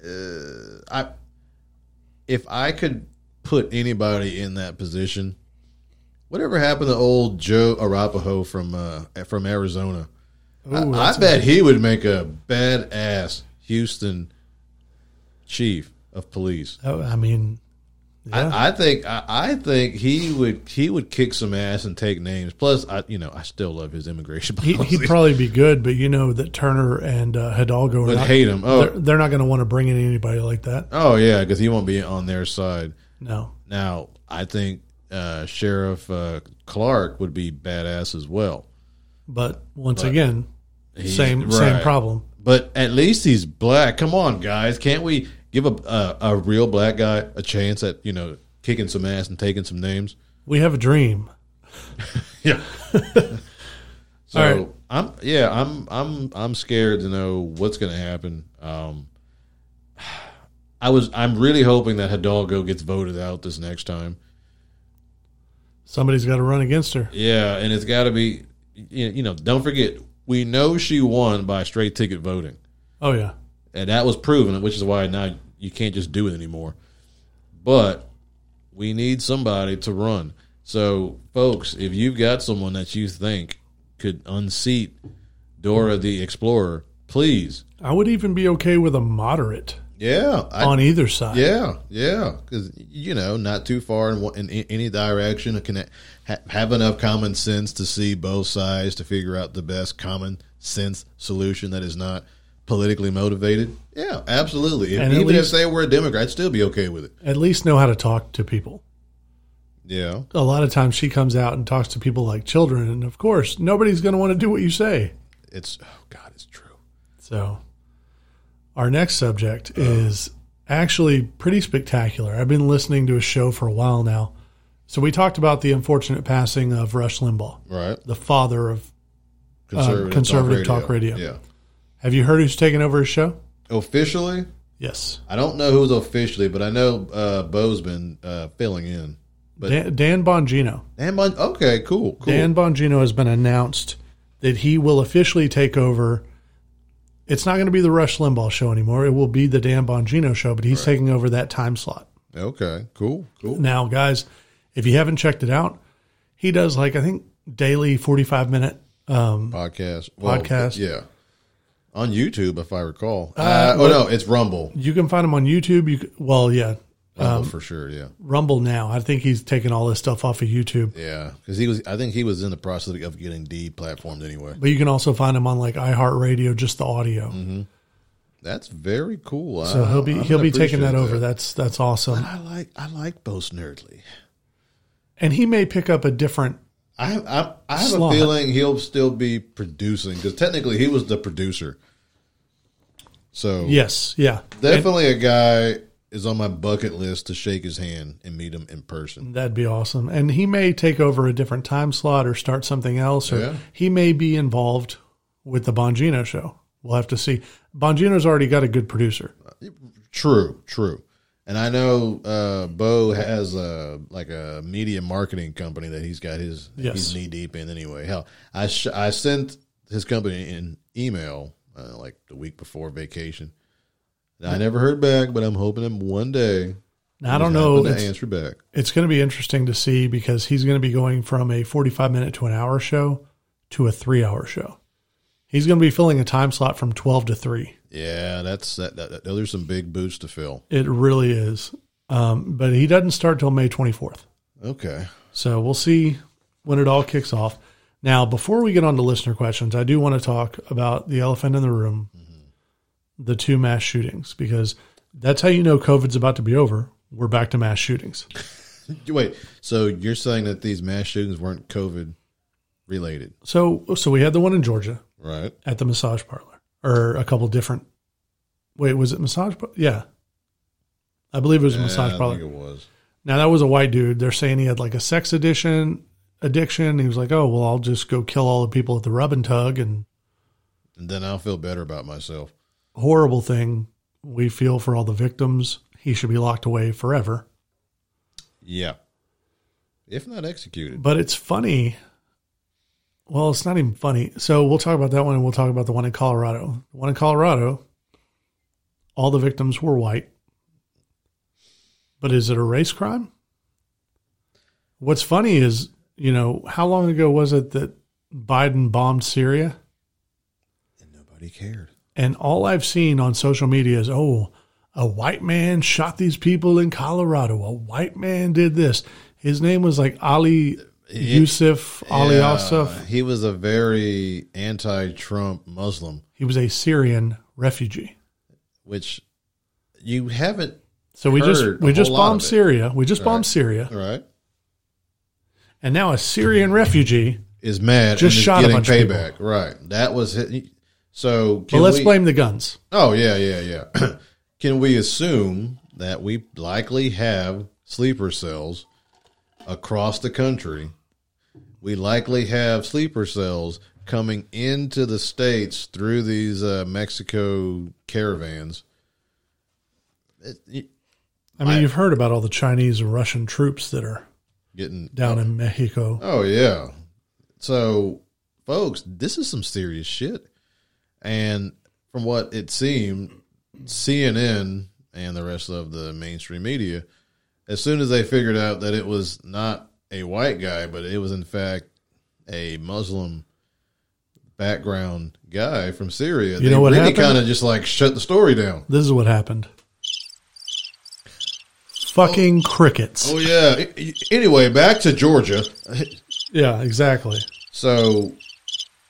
A: Uh, I if I could put anybody in that position, whatever happened to old Joe Arapaho from uh, from Arizona?
B: Ooh,
A: I, I bet he would make a badass Houston chief of police.
B: Oh, I mean, yeah,
A: I, I think I, I think he would he would kick some ass and take names. Plus, I you know I still love his immigration
B: he,
A: policy.
B: he'd probably be good, but you know that Turner and uh, Hidalgo are
A: would
B: not,
A: hate him.
B: they're,
A: Oh,
B: they're not going to want to bring in anybody like that.
A: oh yeah, because he won't be on their side.
B: No,
A: Now I think uh, Sheriff uh, Clark would be badass as well.
B: but once again,
A: He's-
B: same same
A: right.
B: problem.
A: But at least he's black. Come on, guys, can't we give a a, a real black guy a chance at you know kicking some ass and taking some names?
B: We have a dream.
A: Yeah. so
B: All right.
A: I'm yeah, I'm I'm I'm scared to know what's gonna happen. Um I was I'm really hoping that Hidalgo gets voted out this next time.
B: Somebody's got to run against her.
A: Yeah, and it's gotta be you you know, don't forget, we know she won by straight ticket voting.
B: Oh yeah,
A: And that was proven, which is why now you can't just do it anymore. But we need somebody to run. So, folks, if you've got someone that you think could unseat Dora the Explorer, please.
B: I would even be okay with a moderate
A: Yeah. I,
B: on either side.
A: yeah. Yeah. Because, you know, not too far in, one- in a- any direction. Can ha- have enough common sense to see both sides to figure out the best common sense solution that is not politically motivated. Yeah, absolutely. If,
B: And at
A: even
B: least-
A: if they were a Democrat, I'd still be okay with it.
B: At least know how to talk to people.
A: Yeah.
B: A lot of times she comes out and talks to people like children, and of course nobody's going to want to do what you say.
A: It's oh god, it's true.
B: So, our next subject is actually pretty spectacular. I've been listening to a show for a while now. So, we talked about the unfortunate passing of Rush Limbaugh,
A: Right.
B: the father of.
A: Conservative,
B: Uh, conservative talk radio. Have you heard who's taking over his show?
A: Yeah. Officially,
B: Yes.
A: I don't know who's officially, but I know uh Bo's been uh filling in. But-
B: Dan, Dan Bongino.
A: Dan Bun okay, cool, cool.
B: Dan Bongino has been announced that he will officially take over. It's not going to be the Rush Limbaugh show anymore. It will be the Dan Bongino show, but he's taking over that time slot.
A: Okay, cool, cool.
B: Now, guys, if you haven't checked it out, he does like I think daily forty-five minute. Um,
A: Podcast. Well,
B: Podcast.
A: Yeah. On YouTube, if I recall. Uh, oh no, it's Rumble.
B: you can find him on YouTube. You c- well, yeah, Um,
A: Rumble for sure, yeah.
B: Rumble now. I think he's taking all this stuff off of YouTube,
A: Yeah. Because he was I think he was in the process of getting D platformed anyway.
B: but you can also find him on like iHeartRadio, just the audio.
A: That's very cool.
B: So he'll be he'll be taking that over.
A: That.
B: That's that's awesome,
A: I like I like Bo Snerdly.
B: and he may pick up a different.
A: I have, I, I have
B: Slot.
A: a feeling he'll still be producing because technically he was the producer. So
B: Yes, yeah,
A: definitely a guy is on my bucket list to shake his hand and meet him in person.
B: that'd be awesome. And he may take over a different time slot or start something else, or
A: Yeah.
B: he may be involved with the Bongino show. We'll have to see. Bongino's already got a good producer.
A: True, true. And I know uh, Bo has a like a media marketing company that he's got his
B: Yes.
A: he's knee deep in anyway. Hell, I sh- I sent his company an email uh, like the week before vacation. And I never heard back, but I'm hoping him one day.
B: Now, I
A: he'll
B: don't know.
A: happen to
B: It's,
A: answer back.
B: it's going to be interesting to see because he's going to be going from a 45 minute to an hour show to a three hour show. He's going to be filling a time slot from 12 to 3.
A: Yeah, that's that, that, that- Those are some big boots to fill.
B: It really is. Um, but he doesn't start till May 24th.
A: Okay,
B: So we'll see when it all kicks off. Now, before we get on to listener questions, I do want to talk about the elephant in the room,
A: Mm-hmm.
B: the two mass shootings, because that's how you know COVID's about to be over. We're back to mass shootings.
A: wait. So you're saying that these mass shootings weren't COVID related,
B: So, so we had the one in Georgia
A: right?
B: at the massage parlor, or a couple different. Wait, was it massage? par- Yeah, I believe it was a massage
A: Yeah, I
B: parlor.
A: think it was.
B: Now that was a white dude. They're saying he had like a sex addiction. Addiction. He was like, "Oh well, I'll just go kill all the people at the rub and tug," and
A: And then I'll feel better about myself.
B: horrible thing. We feel for all the victims. He should be locked away forever.
A: Yeah. If not executed.
B: But it's funny. Well, it's not even funny. So we'll talk about that one, and we'll talk about the one in Colorado. The one in Colorado, all the victims were white. But is it a race crime? What's funny is, you know, how long ago was it that Biden bombed Syria?
A: And nobody cared.
B: And all I've seen on social media is, oh, a white man shot these people in Colorado. A white man did this. His name was like Ali Yusuf Ali
A: Yeah,
B: Asaf.
A: Uh, He was a very anti Trump Muslim,
B: He was a Syrian refugee.
A: which you haven't,
B: So we
A: Heard
B: just
A: a
B: we just
A: whole lot
B: bombed
A: of it.
B: Syria. We just bombed Syria,
A: right?
B: and now a Syrian refugee.
A: Is mad
B: Just
A: and is
B: shot a
A: getting
B: bunch of people.
A: payback. Right. That was it. So
B: But
A: can
B: let's
A: we,
B: blame the guns.
A: Oh, yeah, yeah, yeah. can we assume that we likely have sleeper cells across the country? We likely have sleeper cells coming into the states through these uh, Mexico caravans. It- it-
B: I mean, you've heard about all the Chinese and Russian troops that are
A: Getting
B: down in Mexico.
A: Oh yeah. So, folks, this is some serious shit. And from what it seemed, CNN and the rest of the mainstream media, as soon as they figured out that it was not a white guy, but it was in fact a Muslim background guy from Syria,
B: You
A: they
B: know what
A: really
B: happened?
A: kind of just like shut the story down.
B: This is what happened. Fucking crickets.
A: Oh yeah. Anyway, back to Georgia.
B: Yeah, exactly.
A: So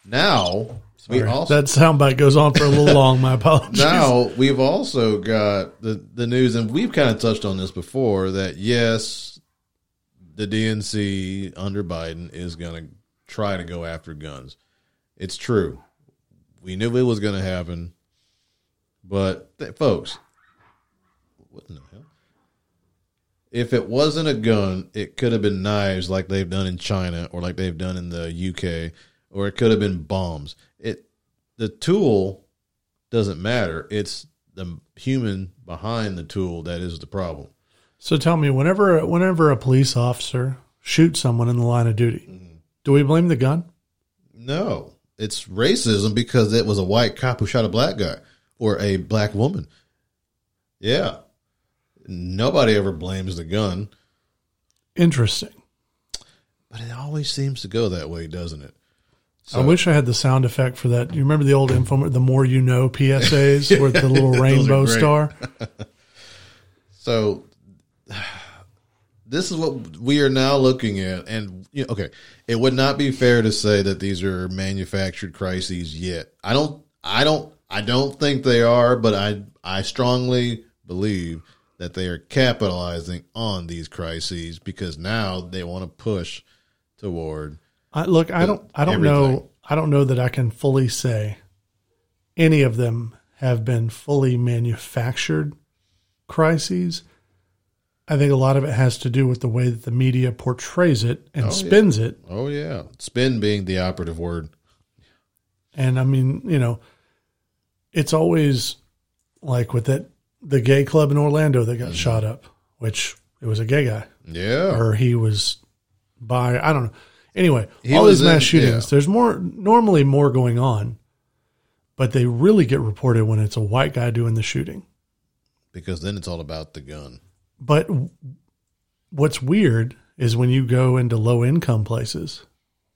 A: now we
B: All right.
A: also
B: That soundbite goes on for a little long. My apologies.
A: now we've also got the, the news, and we've kind of touched on this before that yes, the DNC under Biden is going to try to go after guns. It's true. We knew it was going to happen. But, th- folks, what in the hell? If it wasn't a gun, it could have been knives like they've done in China or like they've done in the UK, or it could have been bombs. It the tool doesn't matter. It's the human behind the tool that is the problem.
B: So tell me, whenever whenever a police officer shoots someone in the line of duty,
A: Mm-hmm.
B: do we blame the gun?
A: No, it's racism because it was a white cop who shot a black guy or a black woman. Yeah. Nobody ever blames the gun,
B: Interesting.
A: but it always seems to go that way, doesn't it?
B: I wish I had the sound effect for that. You remember the old info, the more you know PSAs with the little rainbow
A: great.
B: star?
A: So this is what we are now looking at, and you know, okay, it would not be fair to say that these are manufactured crises yet. I don't, I don't, I don't think they are, but I, I strongly believe that they are capitalizing on these crises because now they want to push toward.
B: I, look, I don't, I don't know,
A: Everything.
B: I don't know that I can fully say any of them have been fully manufactured crises. I think a lot of it has to do with the way that the media portrays it and spins it,
A: Oh yeah, spin being the operative word.
B: And I mean, you know, it's always like with that the gay club in Orlando that got shot up, which it was a gay guy
A: Yeah.
B: or he was by I don't know. Anyway,
A: He
B: all
A: was
B: these mass
A: in-
B: shootings,
A: yeah.
B: there's more normally more going on, but they really get reported when it's a white guy doing the shooting.
A: Because then it's all about the gun.
B: But w- what's weird is when you go into low income places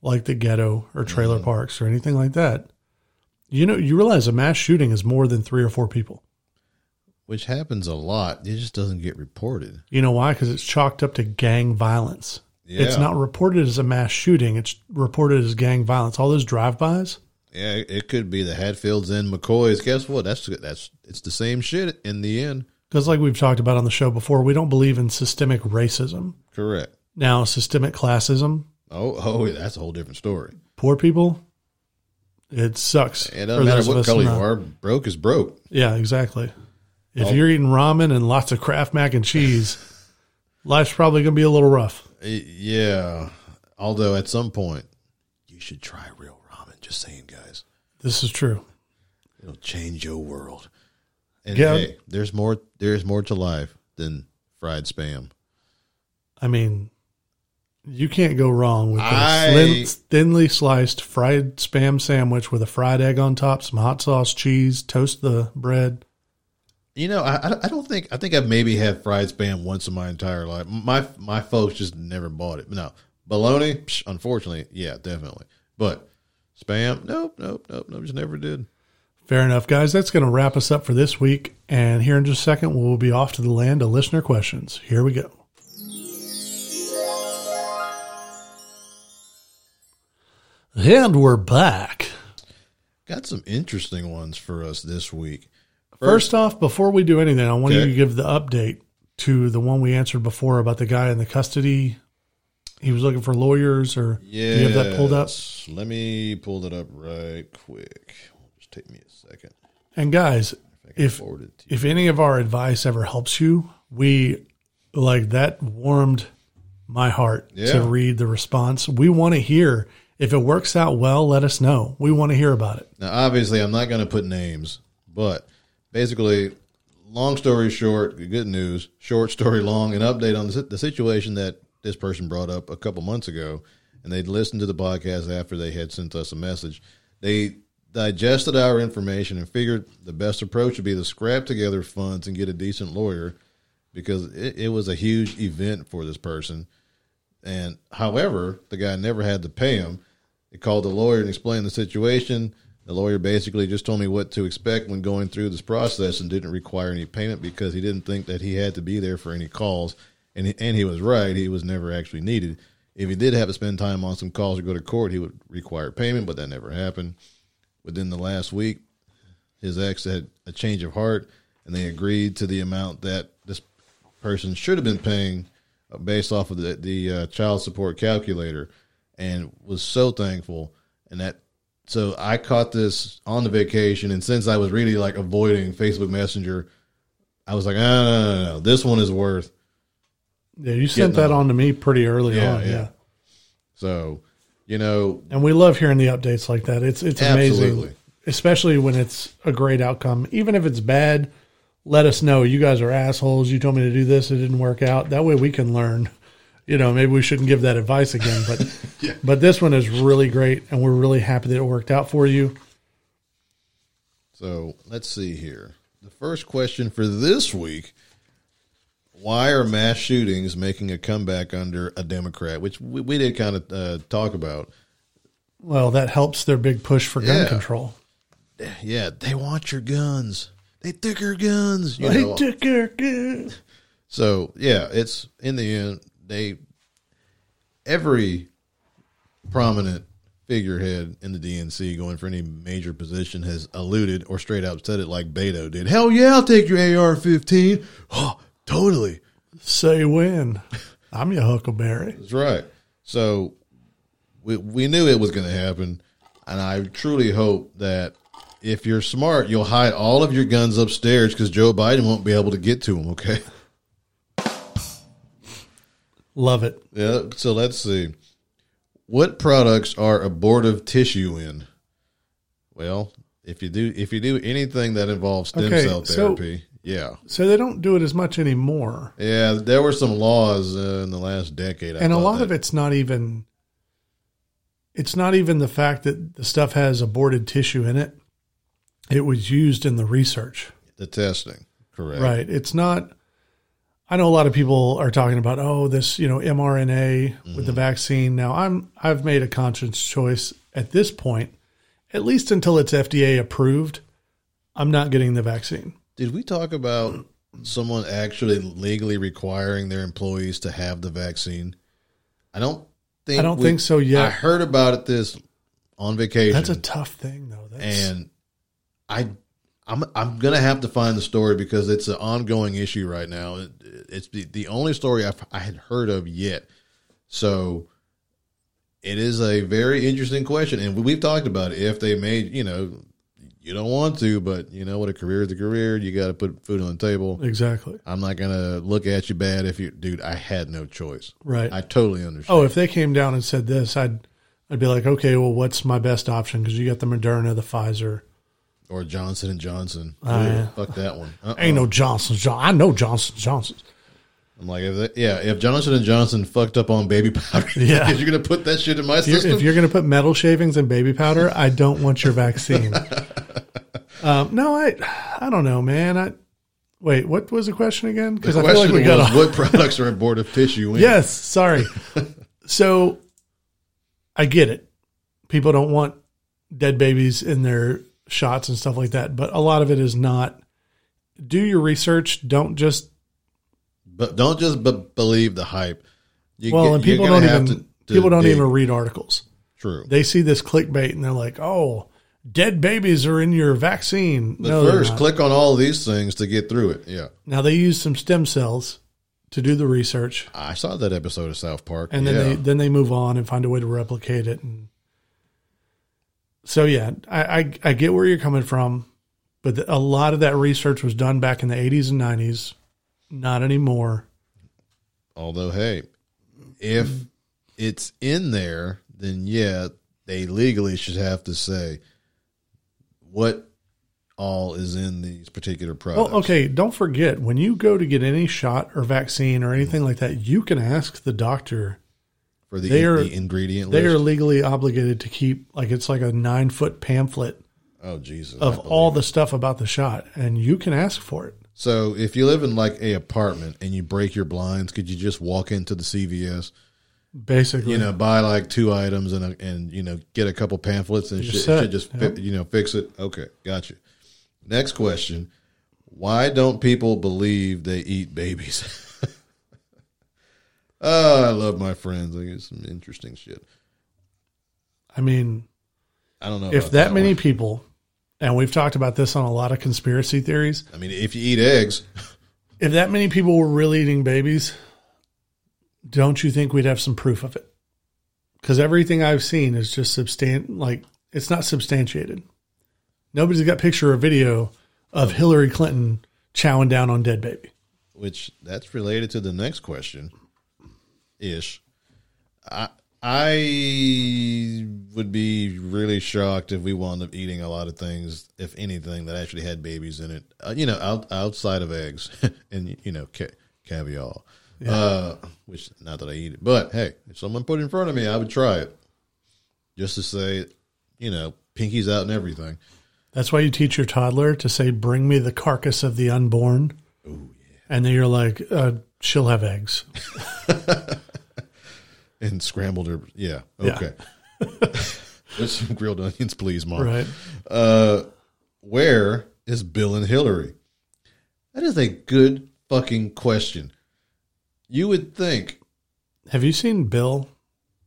B: like the ghetto or trailer
A: Mm-hmm.
B: parks or anything like that, you know, you realize a mass shooting is more than three or four people.
A: Which happens a lot. It just doesn't get reported.
B: You know why? Because it's chalked up to gang violence.
A: Yeah.
B: It's not reported as a mass shooting. It's reported as gang violence. All those drive-bys.
A: Yeah, it could be the Hatfields and McCoys. Guess what? That's that's it's the same shit in the end.
B: Because, like we've talked about on the show before, we don't believe in systemic racism.
A: Correct.
B: Now, systemic classism,
A: Oh, oh, that's a whole different story.
B: poor people, it sucks.
A: It doesn't
B: for those
A: matter
B: of
A: what
B: us
A: color you
B: not-
A: are. Oh. Broke is broke.
B: Yeah, exactly. If you're eating ramen and lots of Kraft mac and cheese, life's probably going to be a little rough.
A: Y- Yeah. Although at some point, you should try real ramen. Just saying, guys,
B: This is true.
A: it'll change your world. And
B: Yeah.
A: hey, there's more. There's more to life than fried spam.
B: I mean, you can't go wrong with a
A: I-
B: thin, thinly sliced fried spam sandwich with a fried egg on top, some hot sauce, cheese, toast the bread.
A: You know, I, I- I don't think I think I've maybe had fried spam once in my entire life. My my folks just never bought it. No bologna, psh, unfortunately, yeah, definitely. But spam, nope, nope, nope, nope, just never did.
B: Fair enough, guys. That's going to wrap us up for this week. And here in just a second, we'll be off to the land of listener questions. Here we go. And we're back.
A: Got some interesting ones for us this week.
B: First off, before we do anything, I want you
A: Okay.
B: to give the update to the one we answered before about the guy in the custody. He was looking for lawyers, or do you have that pulled up?
A: Yes. Let me pull that up right quick. Just take me a second.
B: And guys, if
A: Forward it to
B: if any of our advice ever helps you, we like that warmed my heart to
A: Yeah.
B: read the response. We want to hear if it works out well, let us know. We want to hear about it.
A: Now, obviously, I'm not going to put names, but basically, long story short, good news. Short story long, an update on the, si- the situation that this person brought up a couple months ago, and they'd listened to the podcast after they had sent us a message. They digested our information and figured the best approach would be to scrap together funds and get a decent lawyer because it, it was a huge event for this person. And however, the guy never had to pay him. He called the lawyer and explained the situation. The lawyer basically just told me what to expect when going through this process and didn't require any payment because he didn't think that he had to be there for any calls. And he, and he was right. He was never actually needed. If he did have to spend time on some calls or go to court, he would require payment, but that never happened. Within the last week, his ex had a change of heart and they agreed to the amount that this person should have been paying uh, based off of the, the uh, child support calculator and was so thankful and that so i caught this on the vacation and since i was really like avoiding facebook messenger i was like ah, no, no, no, no. this one is worth
B: Yeah, you sent that on to me pretty early
A: Yeah,
B: on.
A: yeah.
B: Yeah.
A: so you know
B: And we love hearing the updates like that. It's it's amazing.
A: Absolutely.
B: Especially when it's a great outcome. Even if it's bad, let us know. You guys are assholes. You told me to do this, it didn't work out. That way we can learn. You know, maybe we shouldn't give that advice again, but but this one is really great and we're really happy that it worked out for you.
A: So let's see here. The first question for this week Why are mass shootings making a comeback under a Democrat? Which we, we did kind of uh, talk about.
B: Well, that helps their big push for gun
A: Yeah.
B: control.
A: Yeah, they want your guns. They took your guns. You
B: They
A: know.
B: took our guns.
A: So yeah, it's in the end they every prominent figurehead in the DNC going for any major position has alluded or straight out said it like Beto did. Hell yeah, I'll take your AR fifteen. Oh, totally.
B: Say when. I'm your Huckleberry.
A: That's right. So we we knew it was going to happen, and I truly hope that if you're smart, you'll hide all of your guns upstairs because Joe Biden won't be able to get to them. Okay.
B: Love it.
A: Yeah. So let's see. What products are abortive tissue in? Wait, Well, if you do if you do anything that involves stem
B: Okay,
A: cell
B: so-
A: therapy, yeah,
B: So they don't do it as much anymore.
A: yeah, there were some laws uh, in the last decade, I
B: and a
A: thought
B: lot
A: that-
B: of it's not even it's not even the fact that the stuff has aborted tissue in it. It was used in the research.
A: the testing, correct?
B: Right. It's not. I know a lot of people are talking about oh this you know mRNA with
A: Mm-hmm.
B: the vaccine. Now I'm I've made a conscious choice at this point, at least until it's FDA approved. I'm not getting the vaccine.
A: Did we talk about someone actually legally requiring their employees to have the vaccine? I don't think
B: I don't
A: we-
B: think so
A: I
B: yet.
A: heard about it this on vacation.
B: That's a tough thing though. That's,
A: and I I'm I'm gonna have to find the story because it's an ongoing issue right now. It, it's the, the only story I've, I had heard of yet. So it is a very interesting question, and we've talked about it. If they made you know you don't want to, but you know what a career is a career. You got to put food on the table.
B: exactly
A: I'm not gonna look at you bad if you, dude. I had no choice.
B: right.
A: I totally understand.
B: oh, if they came down and said this, I'd I'd be like okay, well, what's my best option? Because you got the Moderna, the Pfizer.
A: Or Johnson and Johnson.
B: Oh, yeah.
A: Ugh, Fuck that one. Uh-uh.
B: Ain't no Johnson John. I know Johnson Johnson's.
A: I'm like, if they, yeah, if Johnson and Johnson fucked up on baby powder,
B: Yeah.
A: because you're gonna put that shit in my
B: If you're-
A: system.
B: if you're going to put metal shavings and baby powder, I don't want your vaccine. um, no, I, I don't know, man. I wait. What was the question again? Because I feel like
A: Question
B: we got
A: was,
B: off.
A: what products are abortive tissue in?
B: Yes, sorry. so, I get it. People don't want dead babies in their shots and stuff like that, but a lot of it is not. Do your research. Don't just
A: but don't just b- believe the hype. You
B: well,
A: get-
B: and
A: you're
B: people
A: gonna
B: don't even
A: have to- to
B: people don't
A: dig.
B: even read articles.
A: true.
B: they see this clickbait and they're like, "Oh, dead babies are in your vaccine."
A: But
B: no,
A: first,
B: first,
A: click on all these things to get through it. Yeah,
B: now they use some stem cells to do the research,
A: I saw that episode of South Park,
B: and then
A: yeah.
B: they then they move on and find a way to replicate it. And so, yeah, I I, I get where you're coming from, but the, a lot of that research was done back in the 80s and 90s, not anymore.
A: Although, hey, if it's in there, then yeah, they legally should have to say what all is in these particular products.
B: Well, Oh, okay, don't forget when you go to get any shot or vaccine or anything like that, you can ask the doctor.
A: for the,
B: They are-
A: the ingredient
B: They are
A: list.
B: legally obligated to keep like it's like a nine foot pamphlet
A: oh Jesus! I
B: of
A: believe-
B: all the stuff about the shot, and you can ask for it.
A: so, if you live in like a apartment and you break your blinds, could you just walk into the CVS,
B: Basically,
A: you know, buy like two items and a, and you know get a couple pamphlets and shit, it
B: set.
A: should just fi- you know fix it? Okay, gotcha. Next question: Why don't people believe they eat babies? oh, I love my friends. I get some interesting shit.
B: I mean,
A: I don't know
B: if
A: about
B: that, many
A: one.
B: people, and we've talked about this on a lot of conspiracy theories,
A: I mean, if you eat eggs,
B: if that many people were really eating babies, don't you think we'd have some proof of it? Because everything I've seen is just substan like it's not substantiated. Nobody's got picture or video of Hillary Clinton chowing down on dead baby.
A: which that's related to the next question ish i i would be really shocked if we wound up eating a lot of things if anything that actually had babies in it uh, you know out, outside of eggs and you know ca- caviar uh which not that i eat it but hey if someone put it in front of me i would try it just to say you know pinky's out and everything
B: That's why you teach your toddler to say, "Bring me the carcass of the unborn," and then you're like, uh, "She'll have eggs."
A: and scrambled or yeah
B: Yeah.
A: okay with some grilled onions please mom
B: Right?
A: Uh, where is Bill and Hillary? That is a good fucking question. You would think
B: Have you seen Bill?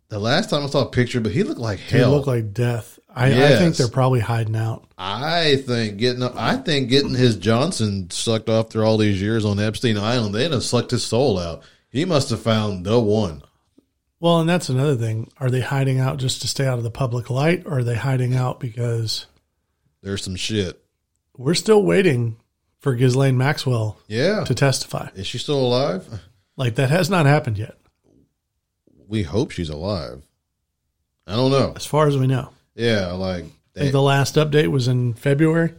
A: the last time I saw a picture, but he looked like
B: They
A: hell.
B: look like death. I, I think
A: Yes.
B: they're probably hiding out.
A: I think getting I think getting his Johnson sucked off through all these years on Epstein Island, they'd have sucked his soul out. He must have found the one.
B: Well, and that's another thing. Are they hiding out just to stay out of the public light, or are they hiding out because
A: There's some shit.
B: we're still waiting for Ghislaine Maxwell
A: Yeah.
B: to testify?
A: Is she still alive?
B: Like that has not happened yet,
A: We hope she's alive. I don't know.
B: as far as we know.
A: Yeah, like
B: I think the last update was in February.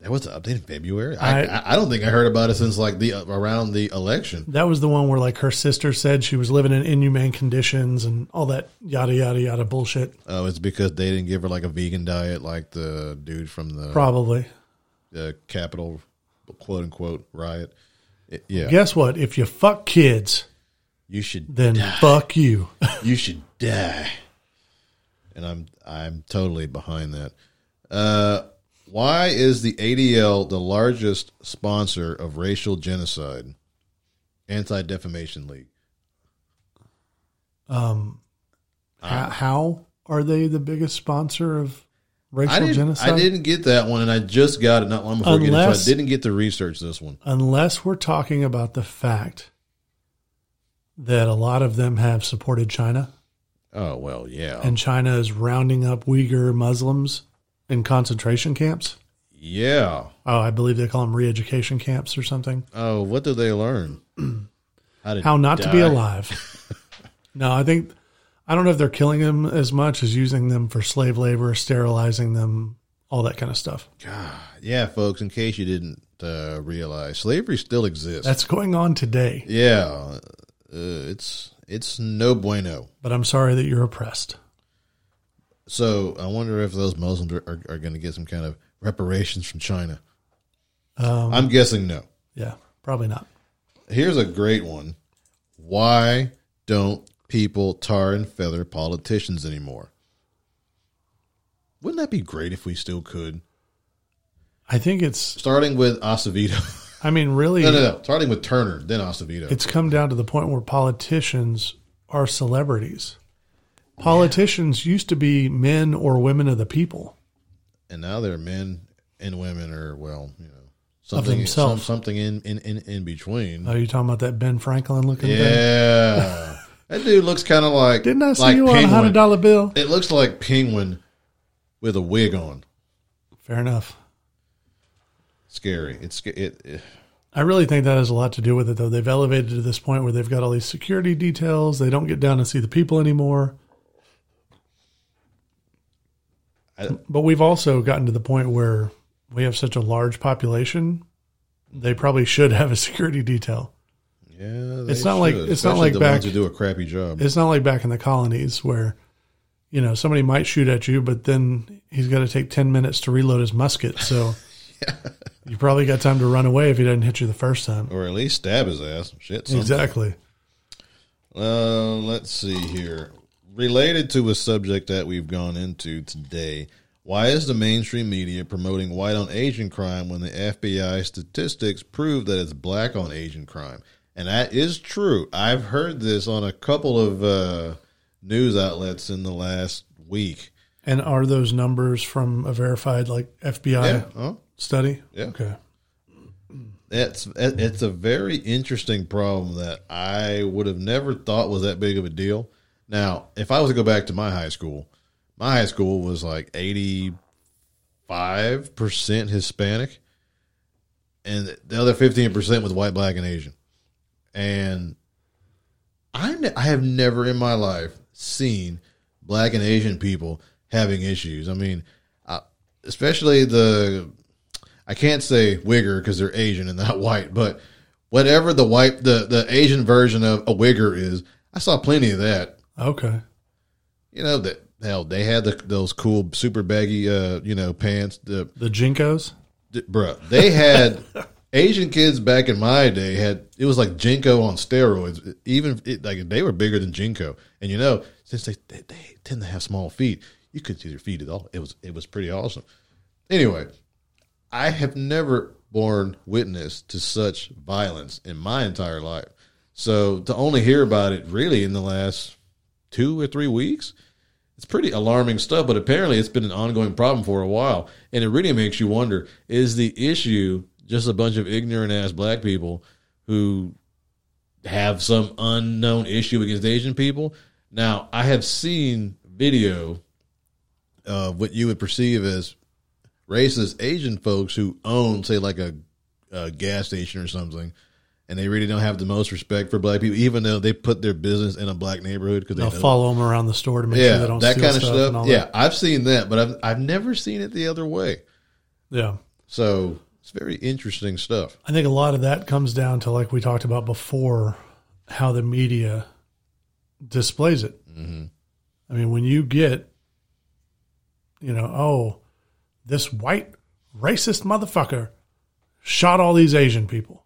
A: That was updated in February. I, I, I don't think I heard about it since like the uh, around the election.
B: That was the one where like her sister said she was living in inhumane conditions and all that yada yada yada bullshit.
A: Oh, it's because they didn't give her like a vegan diet, like the dude from the
B: Probably.
A: the Capitol quote unquote riot. It- yeah,
B: Guess what? If you fuck kids,
A: you should
B: then fuck you.
A: you should die. And I'm I'm totally behind that. Uh, why is the ADL the largest sponsor of racial genocide? Anti Defamation League. Uh,
B: how, Um, how are they the biggest sponsor of
A: I
B: racial
A: didn't,
B: genocide?
A: I didn't get that one, and I just got it not long before getting it.
B: Unless-
A: So I didn't get to research this one.
B: Unless we're talking about the fact that a lot of them have supported China
A: Oh well, yeah,
B: and China is rounding up Uyghur Muslims in concentration camps.
A: yeah.
B: Oh, I believe they call them re education camps or something.
A: Oh, what did they learn? How, did
B: How not to be
A: die?
B: alive. no, I think, I don't know if they're killing them as much as using them for slave labor, sterilizing them, all that kind of stuff.
A: Yeah, folks. In case you didn't uh, realize, slavery still exists.
B: That's going on today,
A: Yeah, uh, it's it's no bueno.
B: but I'm sorry that you're oppressed.
A: So I wonder if those Muslims are, are, are going to get some kind of reparations from China.
B: Um,
A: I'm guessing no.
B: Yeah, probably not.
A: Here's a great one. Why don't people tar and feather politicians anymore? Wouldn't that be great if we still could?
B: I think it's,
A: Starting with Acevedo.
B: I mean, really,
A: no, no, no. Starting with Turner, then Acevedo.
B: it's come down to the point where politicians are celebrities. Politicians used to be men or women of the people.
A: and now they're men and women are well, you know, something some,
B: themselves.
A: something in, in, in, in between.
B: Oh, you're talking about that Ben Franklin looking thing?
A: Yeah. that dude looks kind of like
B: Didn't I see
A: like
B: you on a hundred
A: Penguin.
B: dollar bill?
A: It looks like penguin with a wig on.
B: Fair enough.
A: Scary. It's sc- it, it
B: I really think that has a lot to do with it, though. They've elevated to this point where they've got all these security details. They don't get down and see the people anymore.
A: I-
B: but we've also gotten to the point where we have such a large population. They probably should have a security detail.
A: yeah. they
B: It's not like-
A: should,
B: it's not
A: especially
B: like
A: the
B: back-
A: ones who do a crappy job.
B: It's not like back in the colonies where, you know, somebody might shoot at you, but then he's got to take 10 minutes to reload his musket. So you probably got time to run away if he doesn't hit you the first time.
A: or at least stab his ass. Shit. Something.
B: Exactly.
A: Uh, let's see here. Related to a subject that we've gone into today, why is the mainstream media promoting white on Asian crime when the FBI statistics prove that it's black on Asian crime? And that is true. I've heard this on a couple of uh, news outlets in the last week.
B: And are those numbers from a verified like FBI
A: Yeah. Huh?
B: study?
A: Yeah.
B: Okay.
A: It's it- it's a very interesting problem that I would have never thought was that big of a deal. Now, if I was to go back to my high school, my high school was like eighty five percent Hispanic, and the other fifteen percent was white, black, and Asian. And I ne- I have never in my life seen black and Asian people having issues. I mean, I, especially the I can't say Wigger because they're Asian and not white, but whatever the white the the Asian version of a Wigger is, I saw plenty of that.
B: Okay.
A: You know that hell they had the, those cool super baggy uh you know pants the
B: The Jinkos?
A: D- bruh, they had Asian kids back in my day had it was like Jinko on steroids. Even it, like they were bigger than Jinko, and you know since they, they they tend to have small feet, you couldn't see their feet at all. It was it was pretty awesome. Anyway, I have never borne witness to such violence in my entire life. So to only hear about it really in the last two or three weeks, it's pretty alarming stuff, but apparently it's been an ongoing problem for a while. And it really makes you wonder is the issue just a bunch of ignorant ass black people who have some unknown issue against Asian people? Now, I have seen video of what you would perceive as racist Asian folks who own, say, like a, a gas station or something, and they really don't have the most respect for black people, even though they put their business in a black neighborhood because they
B: They'll
A: know-
B: follow them around the store to make sure
A: Yeah,
B: they don't
A: that
B: steal
A: kind of
B: stuff.
A: stuff.
B: and all
A: Yeah,
B: that.
A: I've seen that, but I've I've never seen it the other way.
B: yeah.
A: So it's very interesting stuff.
B: I think a lot of that comes down to like we talked about before, how the media displays it.
A: Mm-hmm.
B: I mean, when you get, you know, oh, this white racist motherfucker shot all these Asian people.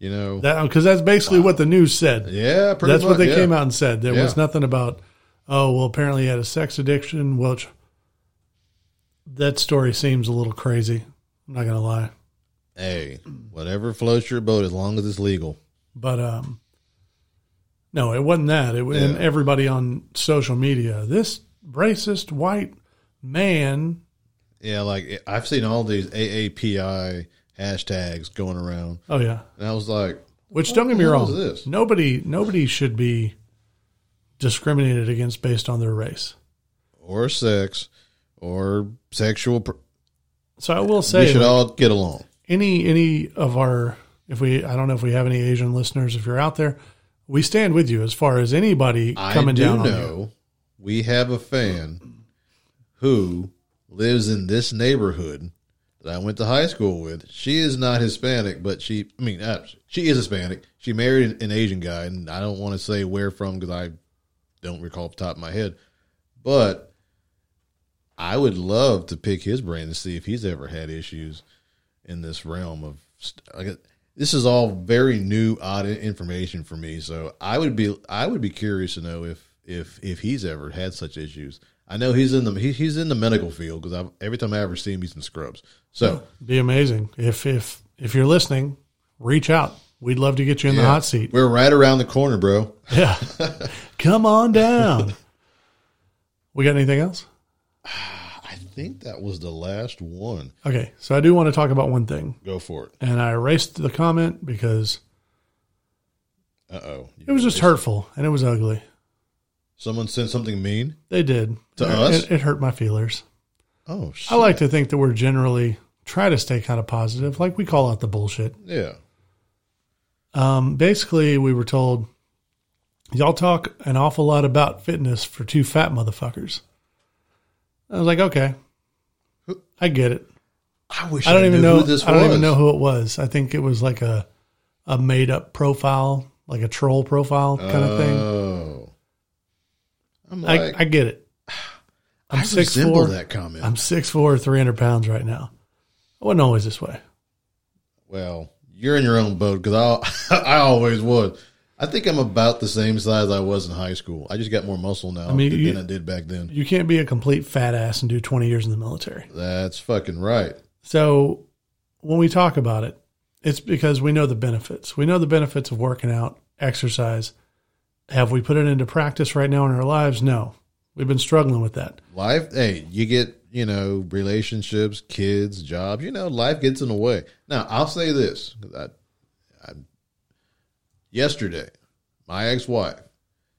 A: You know,
B: That because that's basically what the news said.
A: yeah, pretty
B: that's
A: much,
B: what they
A: yeah.
B: came out and said. There was
A: Yeah.
B: nothing about, oh, well, apparently he had a sex addiction. Which that story seems a little crazy. I'm not gonna lie.
A: Hey, whatever floats your boat, as long as it's legal.
B: But um, no, it wasn't that. It was and
A: Yeah.
B: everybody on social media. This racist white man.
A: Yeah, like I've seen all these AAPI hashtags going around,
B: Oh yeah.
A: and I was like,
B: Which don't get me
A: the hell
B: wrong.
A: is this?
B: Nobody nobody should be discriminated against based on their race.
A: or sex, or sexual. Pr-
B: So I will say
A: we should
B: like,
A: all get along.
B: any any of our if we I don't know if we have any Asian listeners if you're out there, we stand with you as far as anybody coming
A: I do
B: down on you.
A: know we have a fan who lives in this neighborhood that I went to high school with. She is not Hispanic, but she, I mean, uh, she is Hispanic. She married an, an Asian guy, and I don't want to say where from because I don't recall off the top of my head. But I would love to pick his brain to see if he's ever had issues in this realm of st- like this is all very new odd i- information for me so i would be i would be curious to know if if if he's ever had such issues i know he's in the he, he's in the medical field because i've every time i ever see him he's in scrubs so
B: Be amazing. If if if you're listening, reach out. We'd love to get you in the hot seat.
A: we're right around the corner bro
B: Yeah. Come on down. We got anything else?
A: i think that was the last one
B: Okay. So I do want to talk about one thing.
A: go for it
B: And I erased the comment because
A: uh-oh
B: it was just hurtful and it was ugly.
A: someone sent something mean
B: They did.
A: To
B: It-
A: us?
B: It, it hurt my feelers.
A: oh
B: I
A: shit.
B: like to think that we're generally try to stay kind of positive. Like we call out the bullshit.
A: yeah
B: Um, basically, we were told, y'all talk an awful lot about fitness for two fat motherfuckers. I was like, okay, I get it.
A: i wish
B: I don't even
A: knew
B: know.
A: who this
B: I don't
A: was
B: even know who it was. I think it was like a a made up profile, like a troll profile kind of thing.
A: oh i'm
B: I,
A: like
B: I get it. I'm
A: I
B: six
A: resemble
B: four.
A: that comment
B: I'm six four, three hundred pounds right now. I wasn't always this way.
A: Well, you're in your own boat because I I always was. I think I'm about the same size I was in high school. I just got more muscle now
B: mean,
A: than
B: you-
A: I did back then.
B: You can't be a complete fat ass and do twenty years in the military.
A: That's fucking right.
B: So when we talk about it, it's because we know the benefits. We know the benefits of working out, exercise. Have we put it into practice right now in our lives? No. We've been struggling with that.
A: Life, hey, you get you know relationships, kids, jobs. You know, life gets in the way. Now, I'll say this: 'cause I, I, yesterday, my ex-wife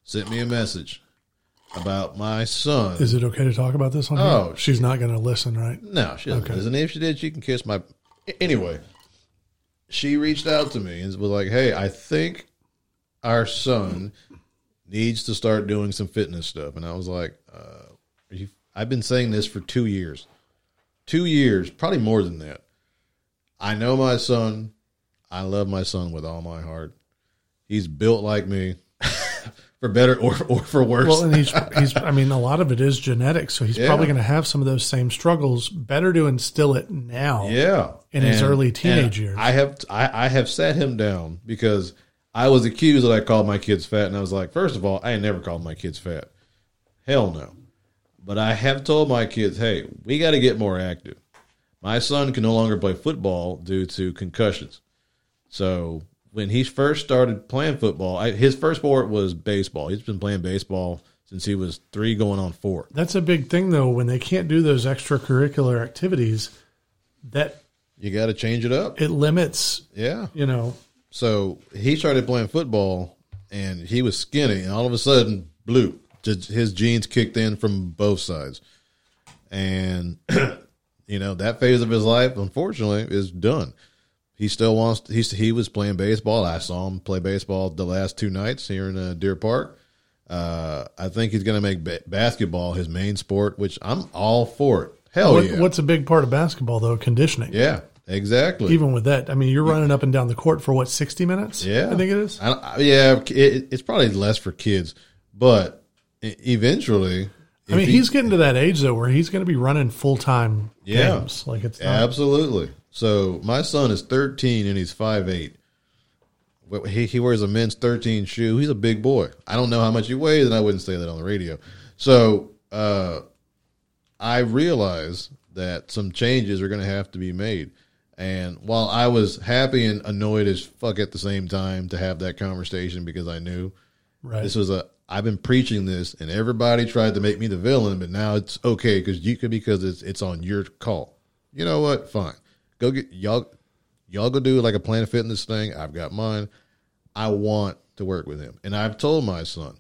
A: sent me a message about my son.
B: Is it okay to talk about this on here?
A: Oh,
B: she's not going to listen, right?
A: No, she doesn't. listen. If she did, she can kiss my. Anyway, she reached out to me and was like, "Hey, I think our son needs to start doing some fitness stuff." And I was like, uh, are you, "I've been saying this for two years, two years, probably more than that. I know my son. I love my son with all my heart. He's built like me." For better or, or for worse.
B: Well, and he's, he's, I mean, a lot of it is genetics. So he's probably going to have some of those same struggles. Better to instill it now.
A: Yeah,
B: Oh. In his early
A: and
B: teenage years.
A: I have I, I have sat him down because I was accused that I called my kids fat, and I was like, first of all, I ain't never called my kids fat. Hell no. But I have told my kids, hey, we got to get more active. My son can no longer play football due to concussions. So when he first started playing football, I, his first sport was baseball. He's been playing baseball since he was three, going on four.
B: That's a big thing, though, when they can't do those extracurricular activities, that
A: You got to change it up.
B: it limits,
A: Yeah.
B: you know,
A: So he started playing football, and he was skinny, and all of a sudden, blue, just his genes kicked in from both sides, and you know that phase of his life, unfortunately, is done. he still wants. He's he was playing baseball. I saw him play baseball the last two nights here in uh, Deer Park. Uh, I think he's going to make ba- basketball his main sport, which I'm all for it. Hell
B: What,
A: Oh, yeah,
B: What's a big part of basketball though? Conditioning.
A: yeah, exactly.
B: Even with that, I mean, you're running up and down the court for what sixty minutes?
A: Yeah,
B: I think it is.
A: I, I- yeah, it, it's probably less for kids, but e- eventually,
B: I mean,
A: if he-
B: he's getting to that age though where he's going to be running full time
A: Yeah.
B: games. Like it's not,
A: absolutely. So my son is 13 and he's 5'8". Well, He he wears a men's 13 shoe. He's a big boy. I don't know how much he weighs, and I wouldn't say that on the radio. So uh, I realize that some changes are going to have to be made. And while I was happy and annoyed as fuck at the same time to have that conversation because I knew
B: right.
A: this was a I've been preaching this, and everybody tried to make me the villain, but now it's okay because you could because it's it's on your call. You know what? Fine, go get y'all. Y'all go do like a Planet Fitness thing. I've got mine. I want to work with him, and I've told my son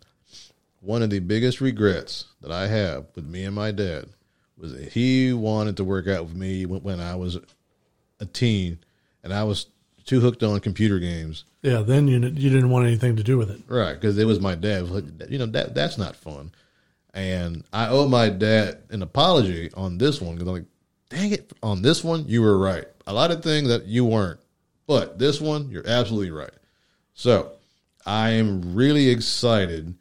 A: one of the biggest regrets that I have with me and my dad was that he wanted to work out with me when, when I was a teen, and I was too hooked on computer games
B: yeah. Then you you didn't want anything to do with it.
A: Right, because it was my dad. Like, You know that that's not fun, and I owe my dad an apology on this one because I'm like, dang it, on this one you were right. A lot of things that you weren't, but this one you're absolutely right. So I am really excited.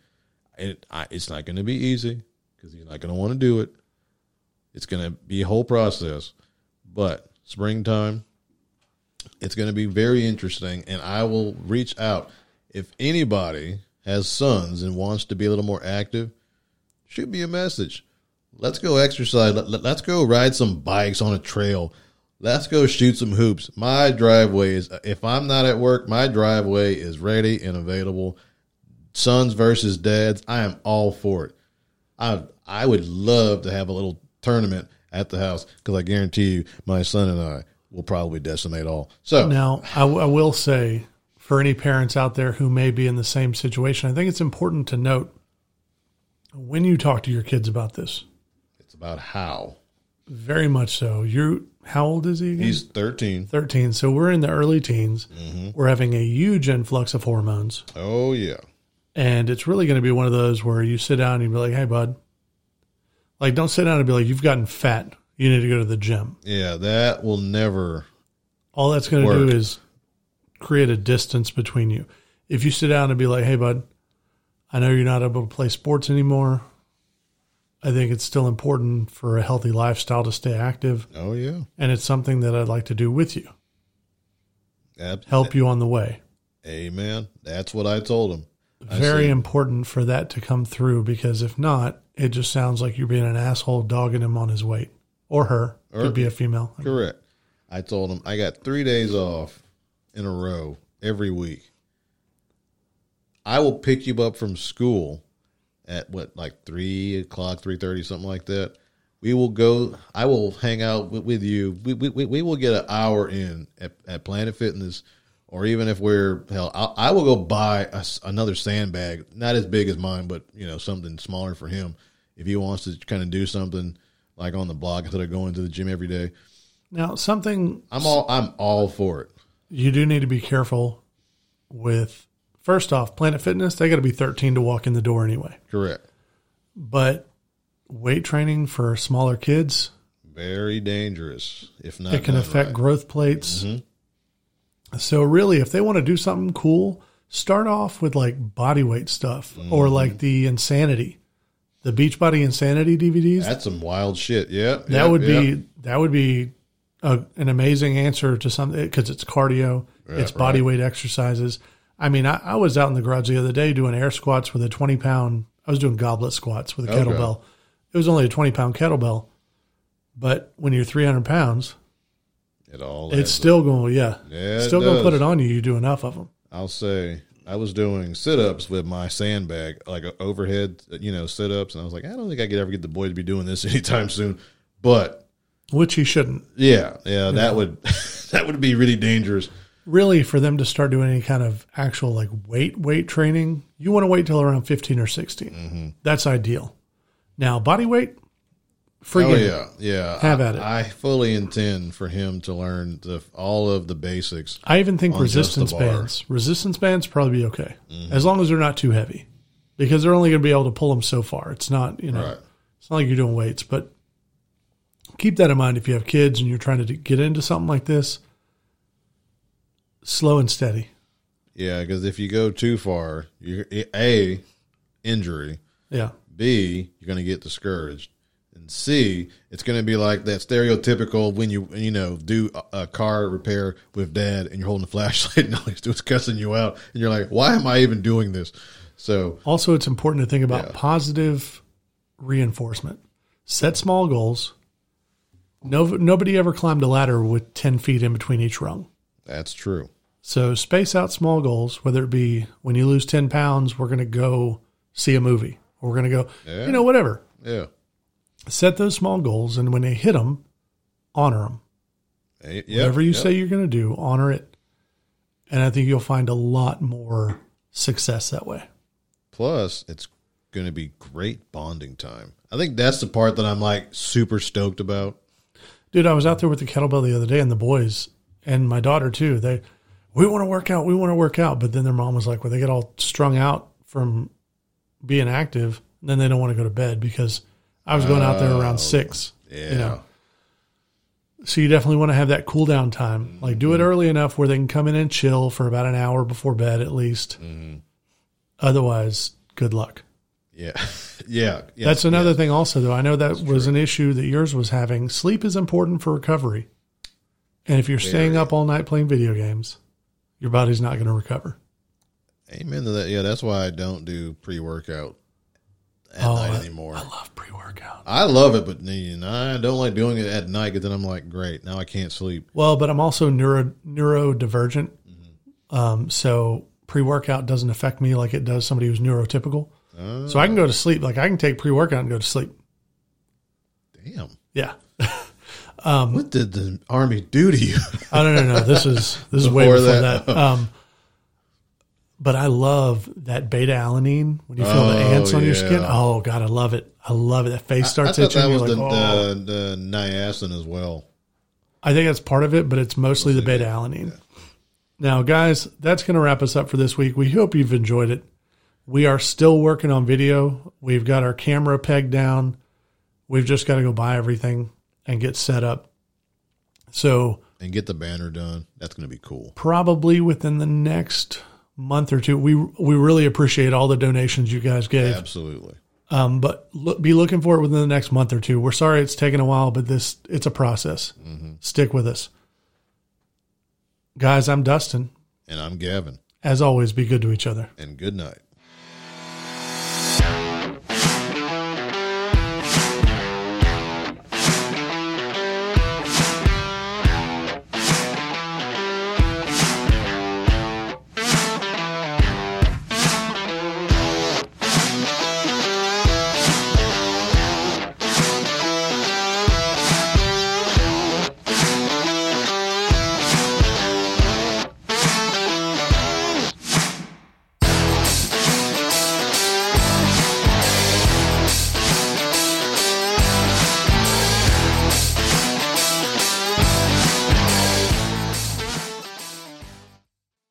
A: It, I, it's not going to be easy because he's not going to want to do it. It's going to be a whole process, but springtime, it's going to be very interesting. And I will reach out if anybody has sons and wants to be a little more active. Shoot me a message. Let's go exercise. Let, us go ride some bikes on a trail. Let's go shoot some hoops. My driveway is, if I'm not at work, my driveway is ready and available. Sons versus dads, I am all for it. I I would love to have a little tournament at the house because I guarantee you, my son and I will probably decimate all. So
B: Now, I, w- I will say for any parents out there who may be in the same situation, I think it's important to note when you talk to your kids about this.
A: it's about how
B: Very much so. You're how old is he? Again?
A: he's thirteen.
B: 13. So we're in the early teens. We're having a huge influx of hormones.
A: Oh yeah,
B: And it's really going to be one of those where you sit down and you be like, hey, bud, like, don't sit down and be like, you've gotten fat. You need to go to the gym.
A: yeah. That will never.
B: All that's going to
A: Work.
B: do is create a distance between you. If you sit down and be like, hey, bud, I know you're not able to play sports anymore. I think it's still important for a healthy lifestyle to stay active.
A: Oh yeah.
B: And it's something that I'd like to do with you,
A: Ab-
B: help you on the way.
A: Amen. That's what I told him. I
B: Very
A: said,
B: important for that to come through because if not, it just sounds like you're being an asshole dogging him on his weight or her.
A: Or-
B: Could be a female.
A: correct. I told him I got three days off in a row every week. I will pick you up from school at what like three o'clock, three thirty, something like that. We will go. I will hang out with, with you. We, we, we- we will get an hour in at, at Planet Fitness, or even if we're hell, I, I will go buy a s another sandbag, not as big as mine, but you know something smaller for him if he wants to kind of do something like on the block instead of going to the gym every day.
B: Now, something
A: I'm all I'm all for it.
B: you do need to be careful with first off planet fitness they got to be 13 to walk in the door anyway
A: Correct.
B: but weight training for smaller kids
A: Very dangerous, if not.
B: it can
A: done
B: affect
A: right. Mm-hmm.
B: growth plates so really if they want to do something cool start off with like body weight stuff
A: Mm-hmm.
B: or like the insanity the beachbody insanity dvds
A: That's some wild shit. Yeah,
B: that would be that would be a, an amazing answer to something because it's cardio, it's body weight exercises. I mean, I, I was out in the garage the other day doing air squats with a twenty pound. I was doing goblet squats with a
A: Okay.
B: kettlebell. It was only a twenty pound kettlebell, but when you're three hundred pounds,
A: it all.
B: it's still going. Yeah,
A: Yeah,
B: it's
A: it
B: still going to put
A: does.
B: it on you. You do enough of them.
A: I'll say I was doing sit ups with my sandbag, like a overhead, you know, sit ups, and I was like, I don't think I could ever get the boy to be doing this anytime soon. But
B: Which you shouldn't
A: yeah, yeah, that would that would be really dangerous.
B: really for them to start doing any kind of actual like weight weight training.
A: Mm-hmm.
B: You want to wait till around fifteen or 16 That's ideal. Now body weight, Freaking
A: oh yeah, yeah.
B: Have at it.
A: I fully intend for him to learn the, all of the basics.
B: I even think
A: On just the
B: resistance
A: bar. Mm-hmm.
B: bands, resistance bands probably be okay as long as they're not too heavy because they're only going to be able to pull them so far. It's not, you know,
A: Right.
B: it's not like you're doing weights, but keep that in mind if you have kids and you're trying to d- get into something like this. Slow and steady.
A: Yeah, because if you go too far, you a injury.
B: Yeah.
A: B, you're going to get discouraged. And C, it's going to be like that stereotypical when you you know do a, a car repair with dad and you're holding a flashlight and all he's doing is cussing you out and you're like, why am I even doing this? So
B: Also, it's important to think about positive reinforcement. Set small goals. No, nobody ever climbed a ladder with 10 feet in between each rung.
A: that's true.
B: So space out small goals, whether it be when you lose 10 pounds, we're going to go see a movie or we're going to go,
A: Yeah.
B: you know, whatever.
A: Yeah,
B: Set those small goals. And when they hit them, honor them.
A: Eh, yep,
B: Whatever you
A: yep.
B: say you're going to do, honor it. And I think you'll find a lot more success that way.
A: Plus, it's going to be great bonding time. I think that's the part that I'm like super stoked about.
B: Dude, I was out there with the kettlebell the other day and the boys and my daughter too. They, we want to work out. We want to work out. But then their mom was like, well, they get all strung out from being active. And then they don't want to go to bed because I was going out there around six.
A: Yeah,
B: You know. So you definitely want to have that cool down time. Like do it early enough where they can come in and chill for about an hour before bed at least. Otherwise, good luck.
A: yeah, yeah, yeah.
B: That's another thing also though. I know that was an issue that yours was having. Sleep is important for recovery. And if you're staying up all night playing video games, your body's not going to recover.
A: Amen to that. Yeah, that's why I don't do pre workout at
B: Oh,
A: night
B: I-
A: anymore.
B: I love pre-workout.
A: I love it, but you know, I don't like doing it at night because then I'm like, great, now I can't sleep.
B: Well, but I'm also neuro neurodivergent, um, so pre workout doesn't affect me like it does somebody who's neurotypical.
A: Uh,
B: So I can go to sleep. Like I can take pre workout and go to sleep.
A: Damn.
B: Yeah.
A: Um, what did the army do to you?
B: Oh no no no. This is this is way
A: Before
B: before
A: that.
B: that. Um, but I love that beta alanine when you feel the
A: Oh,
B: ants on your skin.
A: yeah.
B: Oh god, I love it. I love it. That face
A: I
B: starts
A: thought
B: itching.
A: that
B: You're
A: was
B: like,
A: the, the,
B: oh.
A: the niacin as well.
B: I think that's part of it, but it's mostly the beta alanine. Now, guys, that's going to wrap us up for this week. We hope you've enjoyed it. We are still working on video. We've got our camera pegged down. We've just got to go buy everything and get set up. So,
A: And get the banner done. That's going to be cool.
B: probably within the next month or two, we we really appreciate all the donations you guys gave.
A: Absolutely.
B: Um, but look, be looking for it within the next month or two. We're sorry it's taken a while, but this it's a process. Stick with us, guys. I'm Dustin.
A: And I'm Gavin.
B: As always, be good to each other.
A: And good night.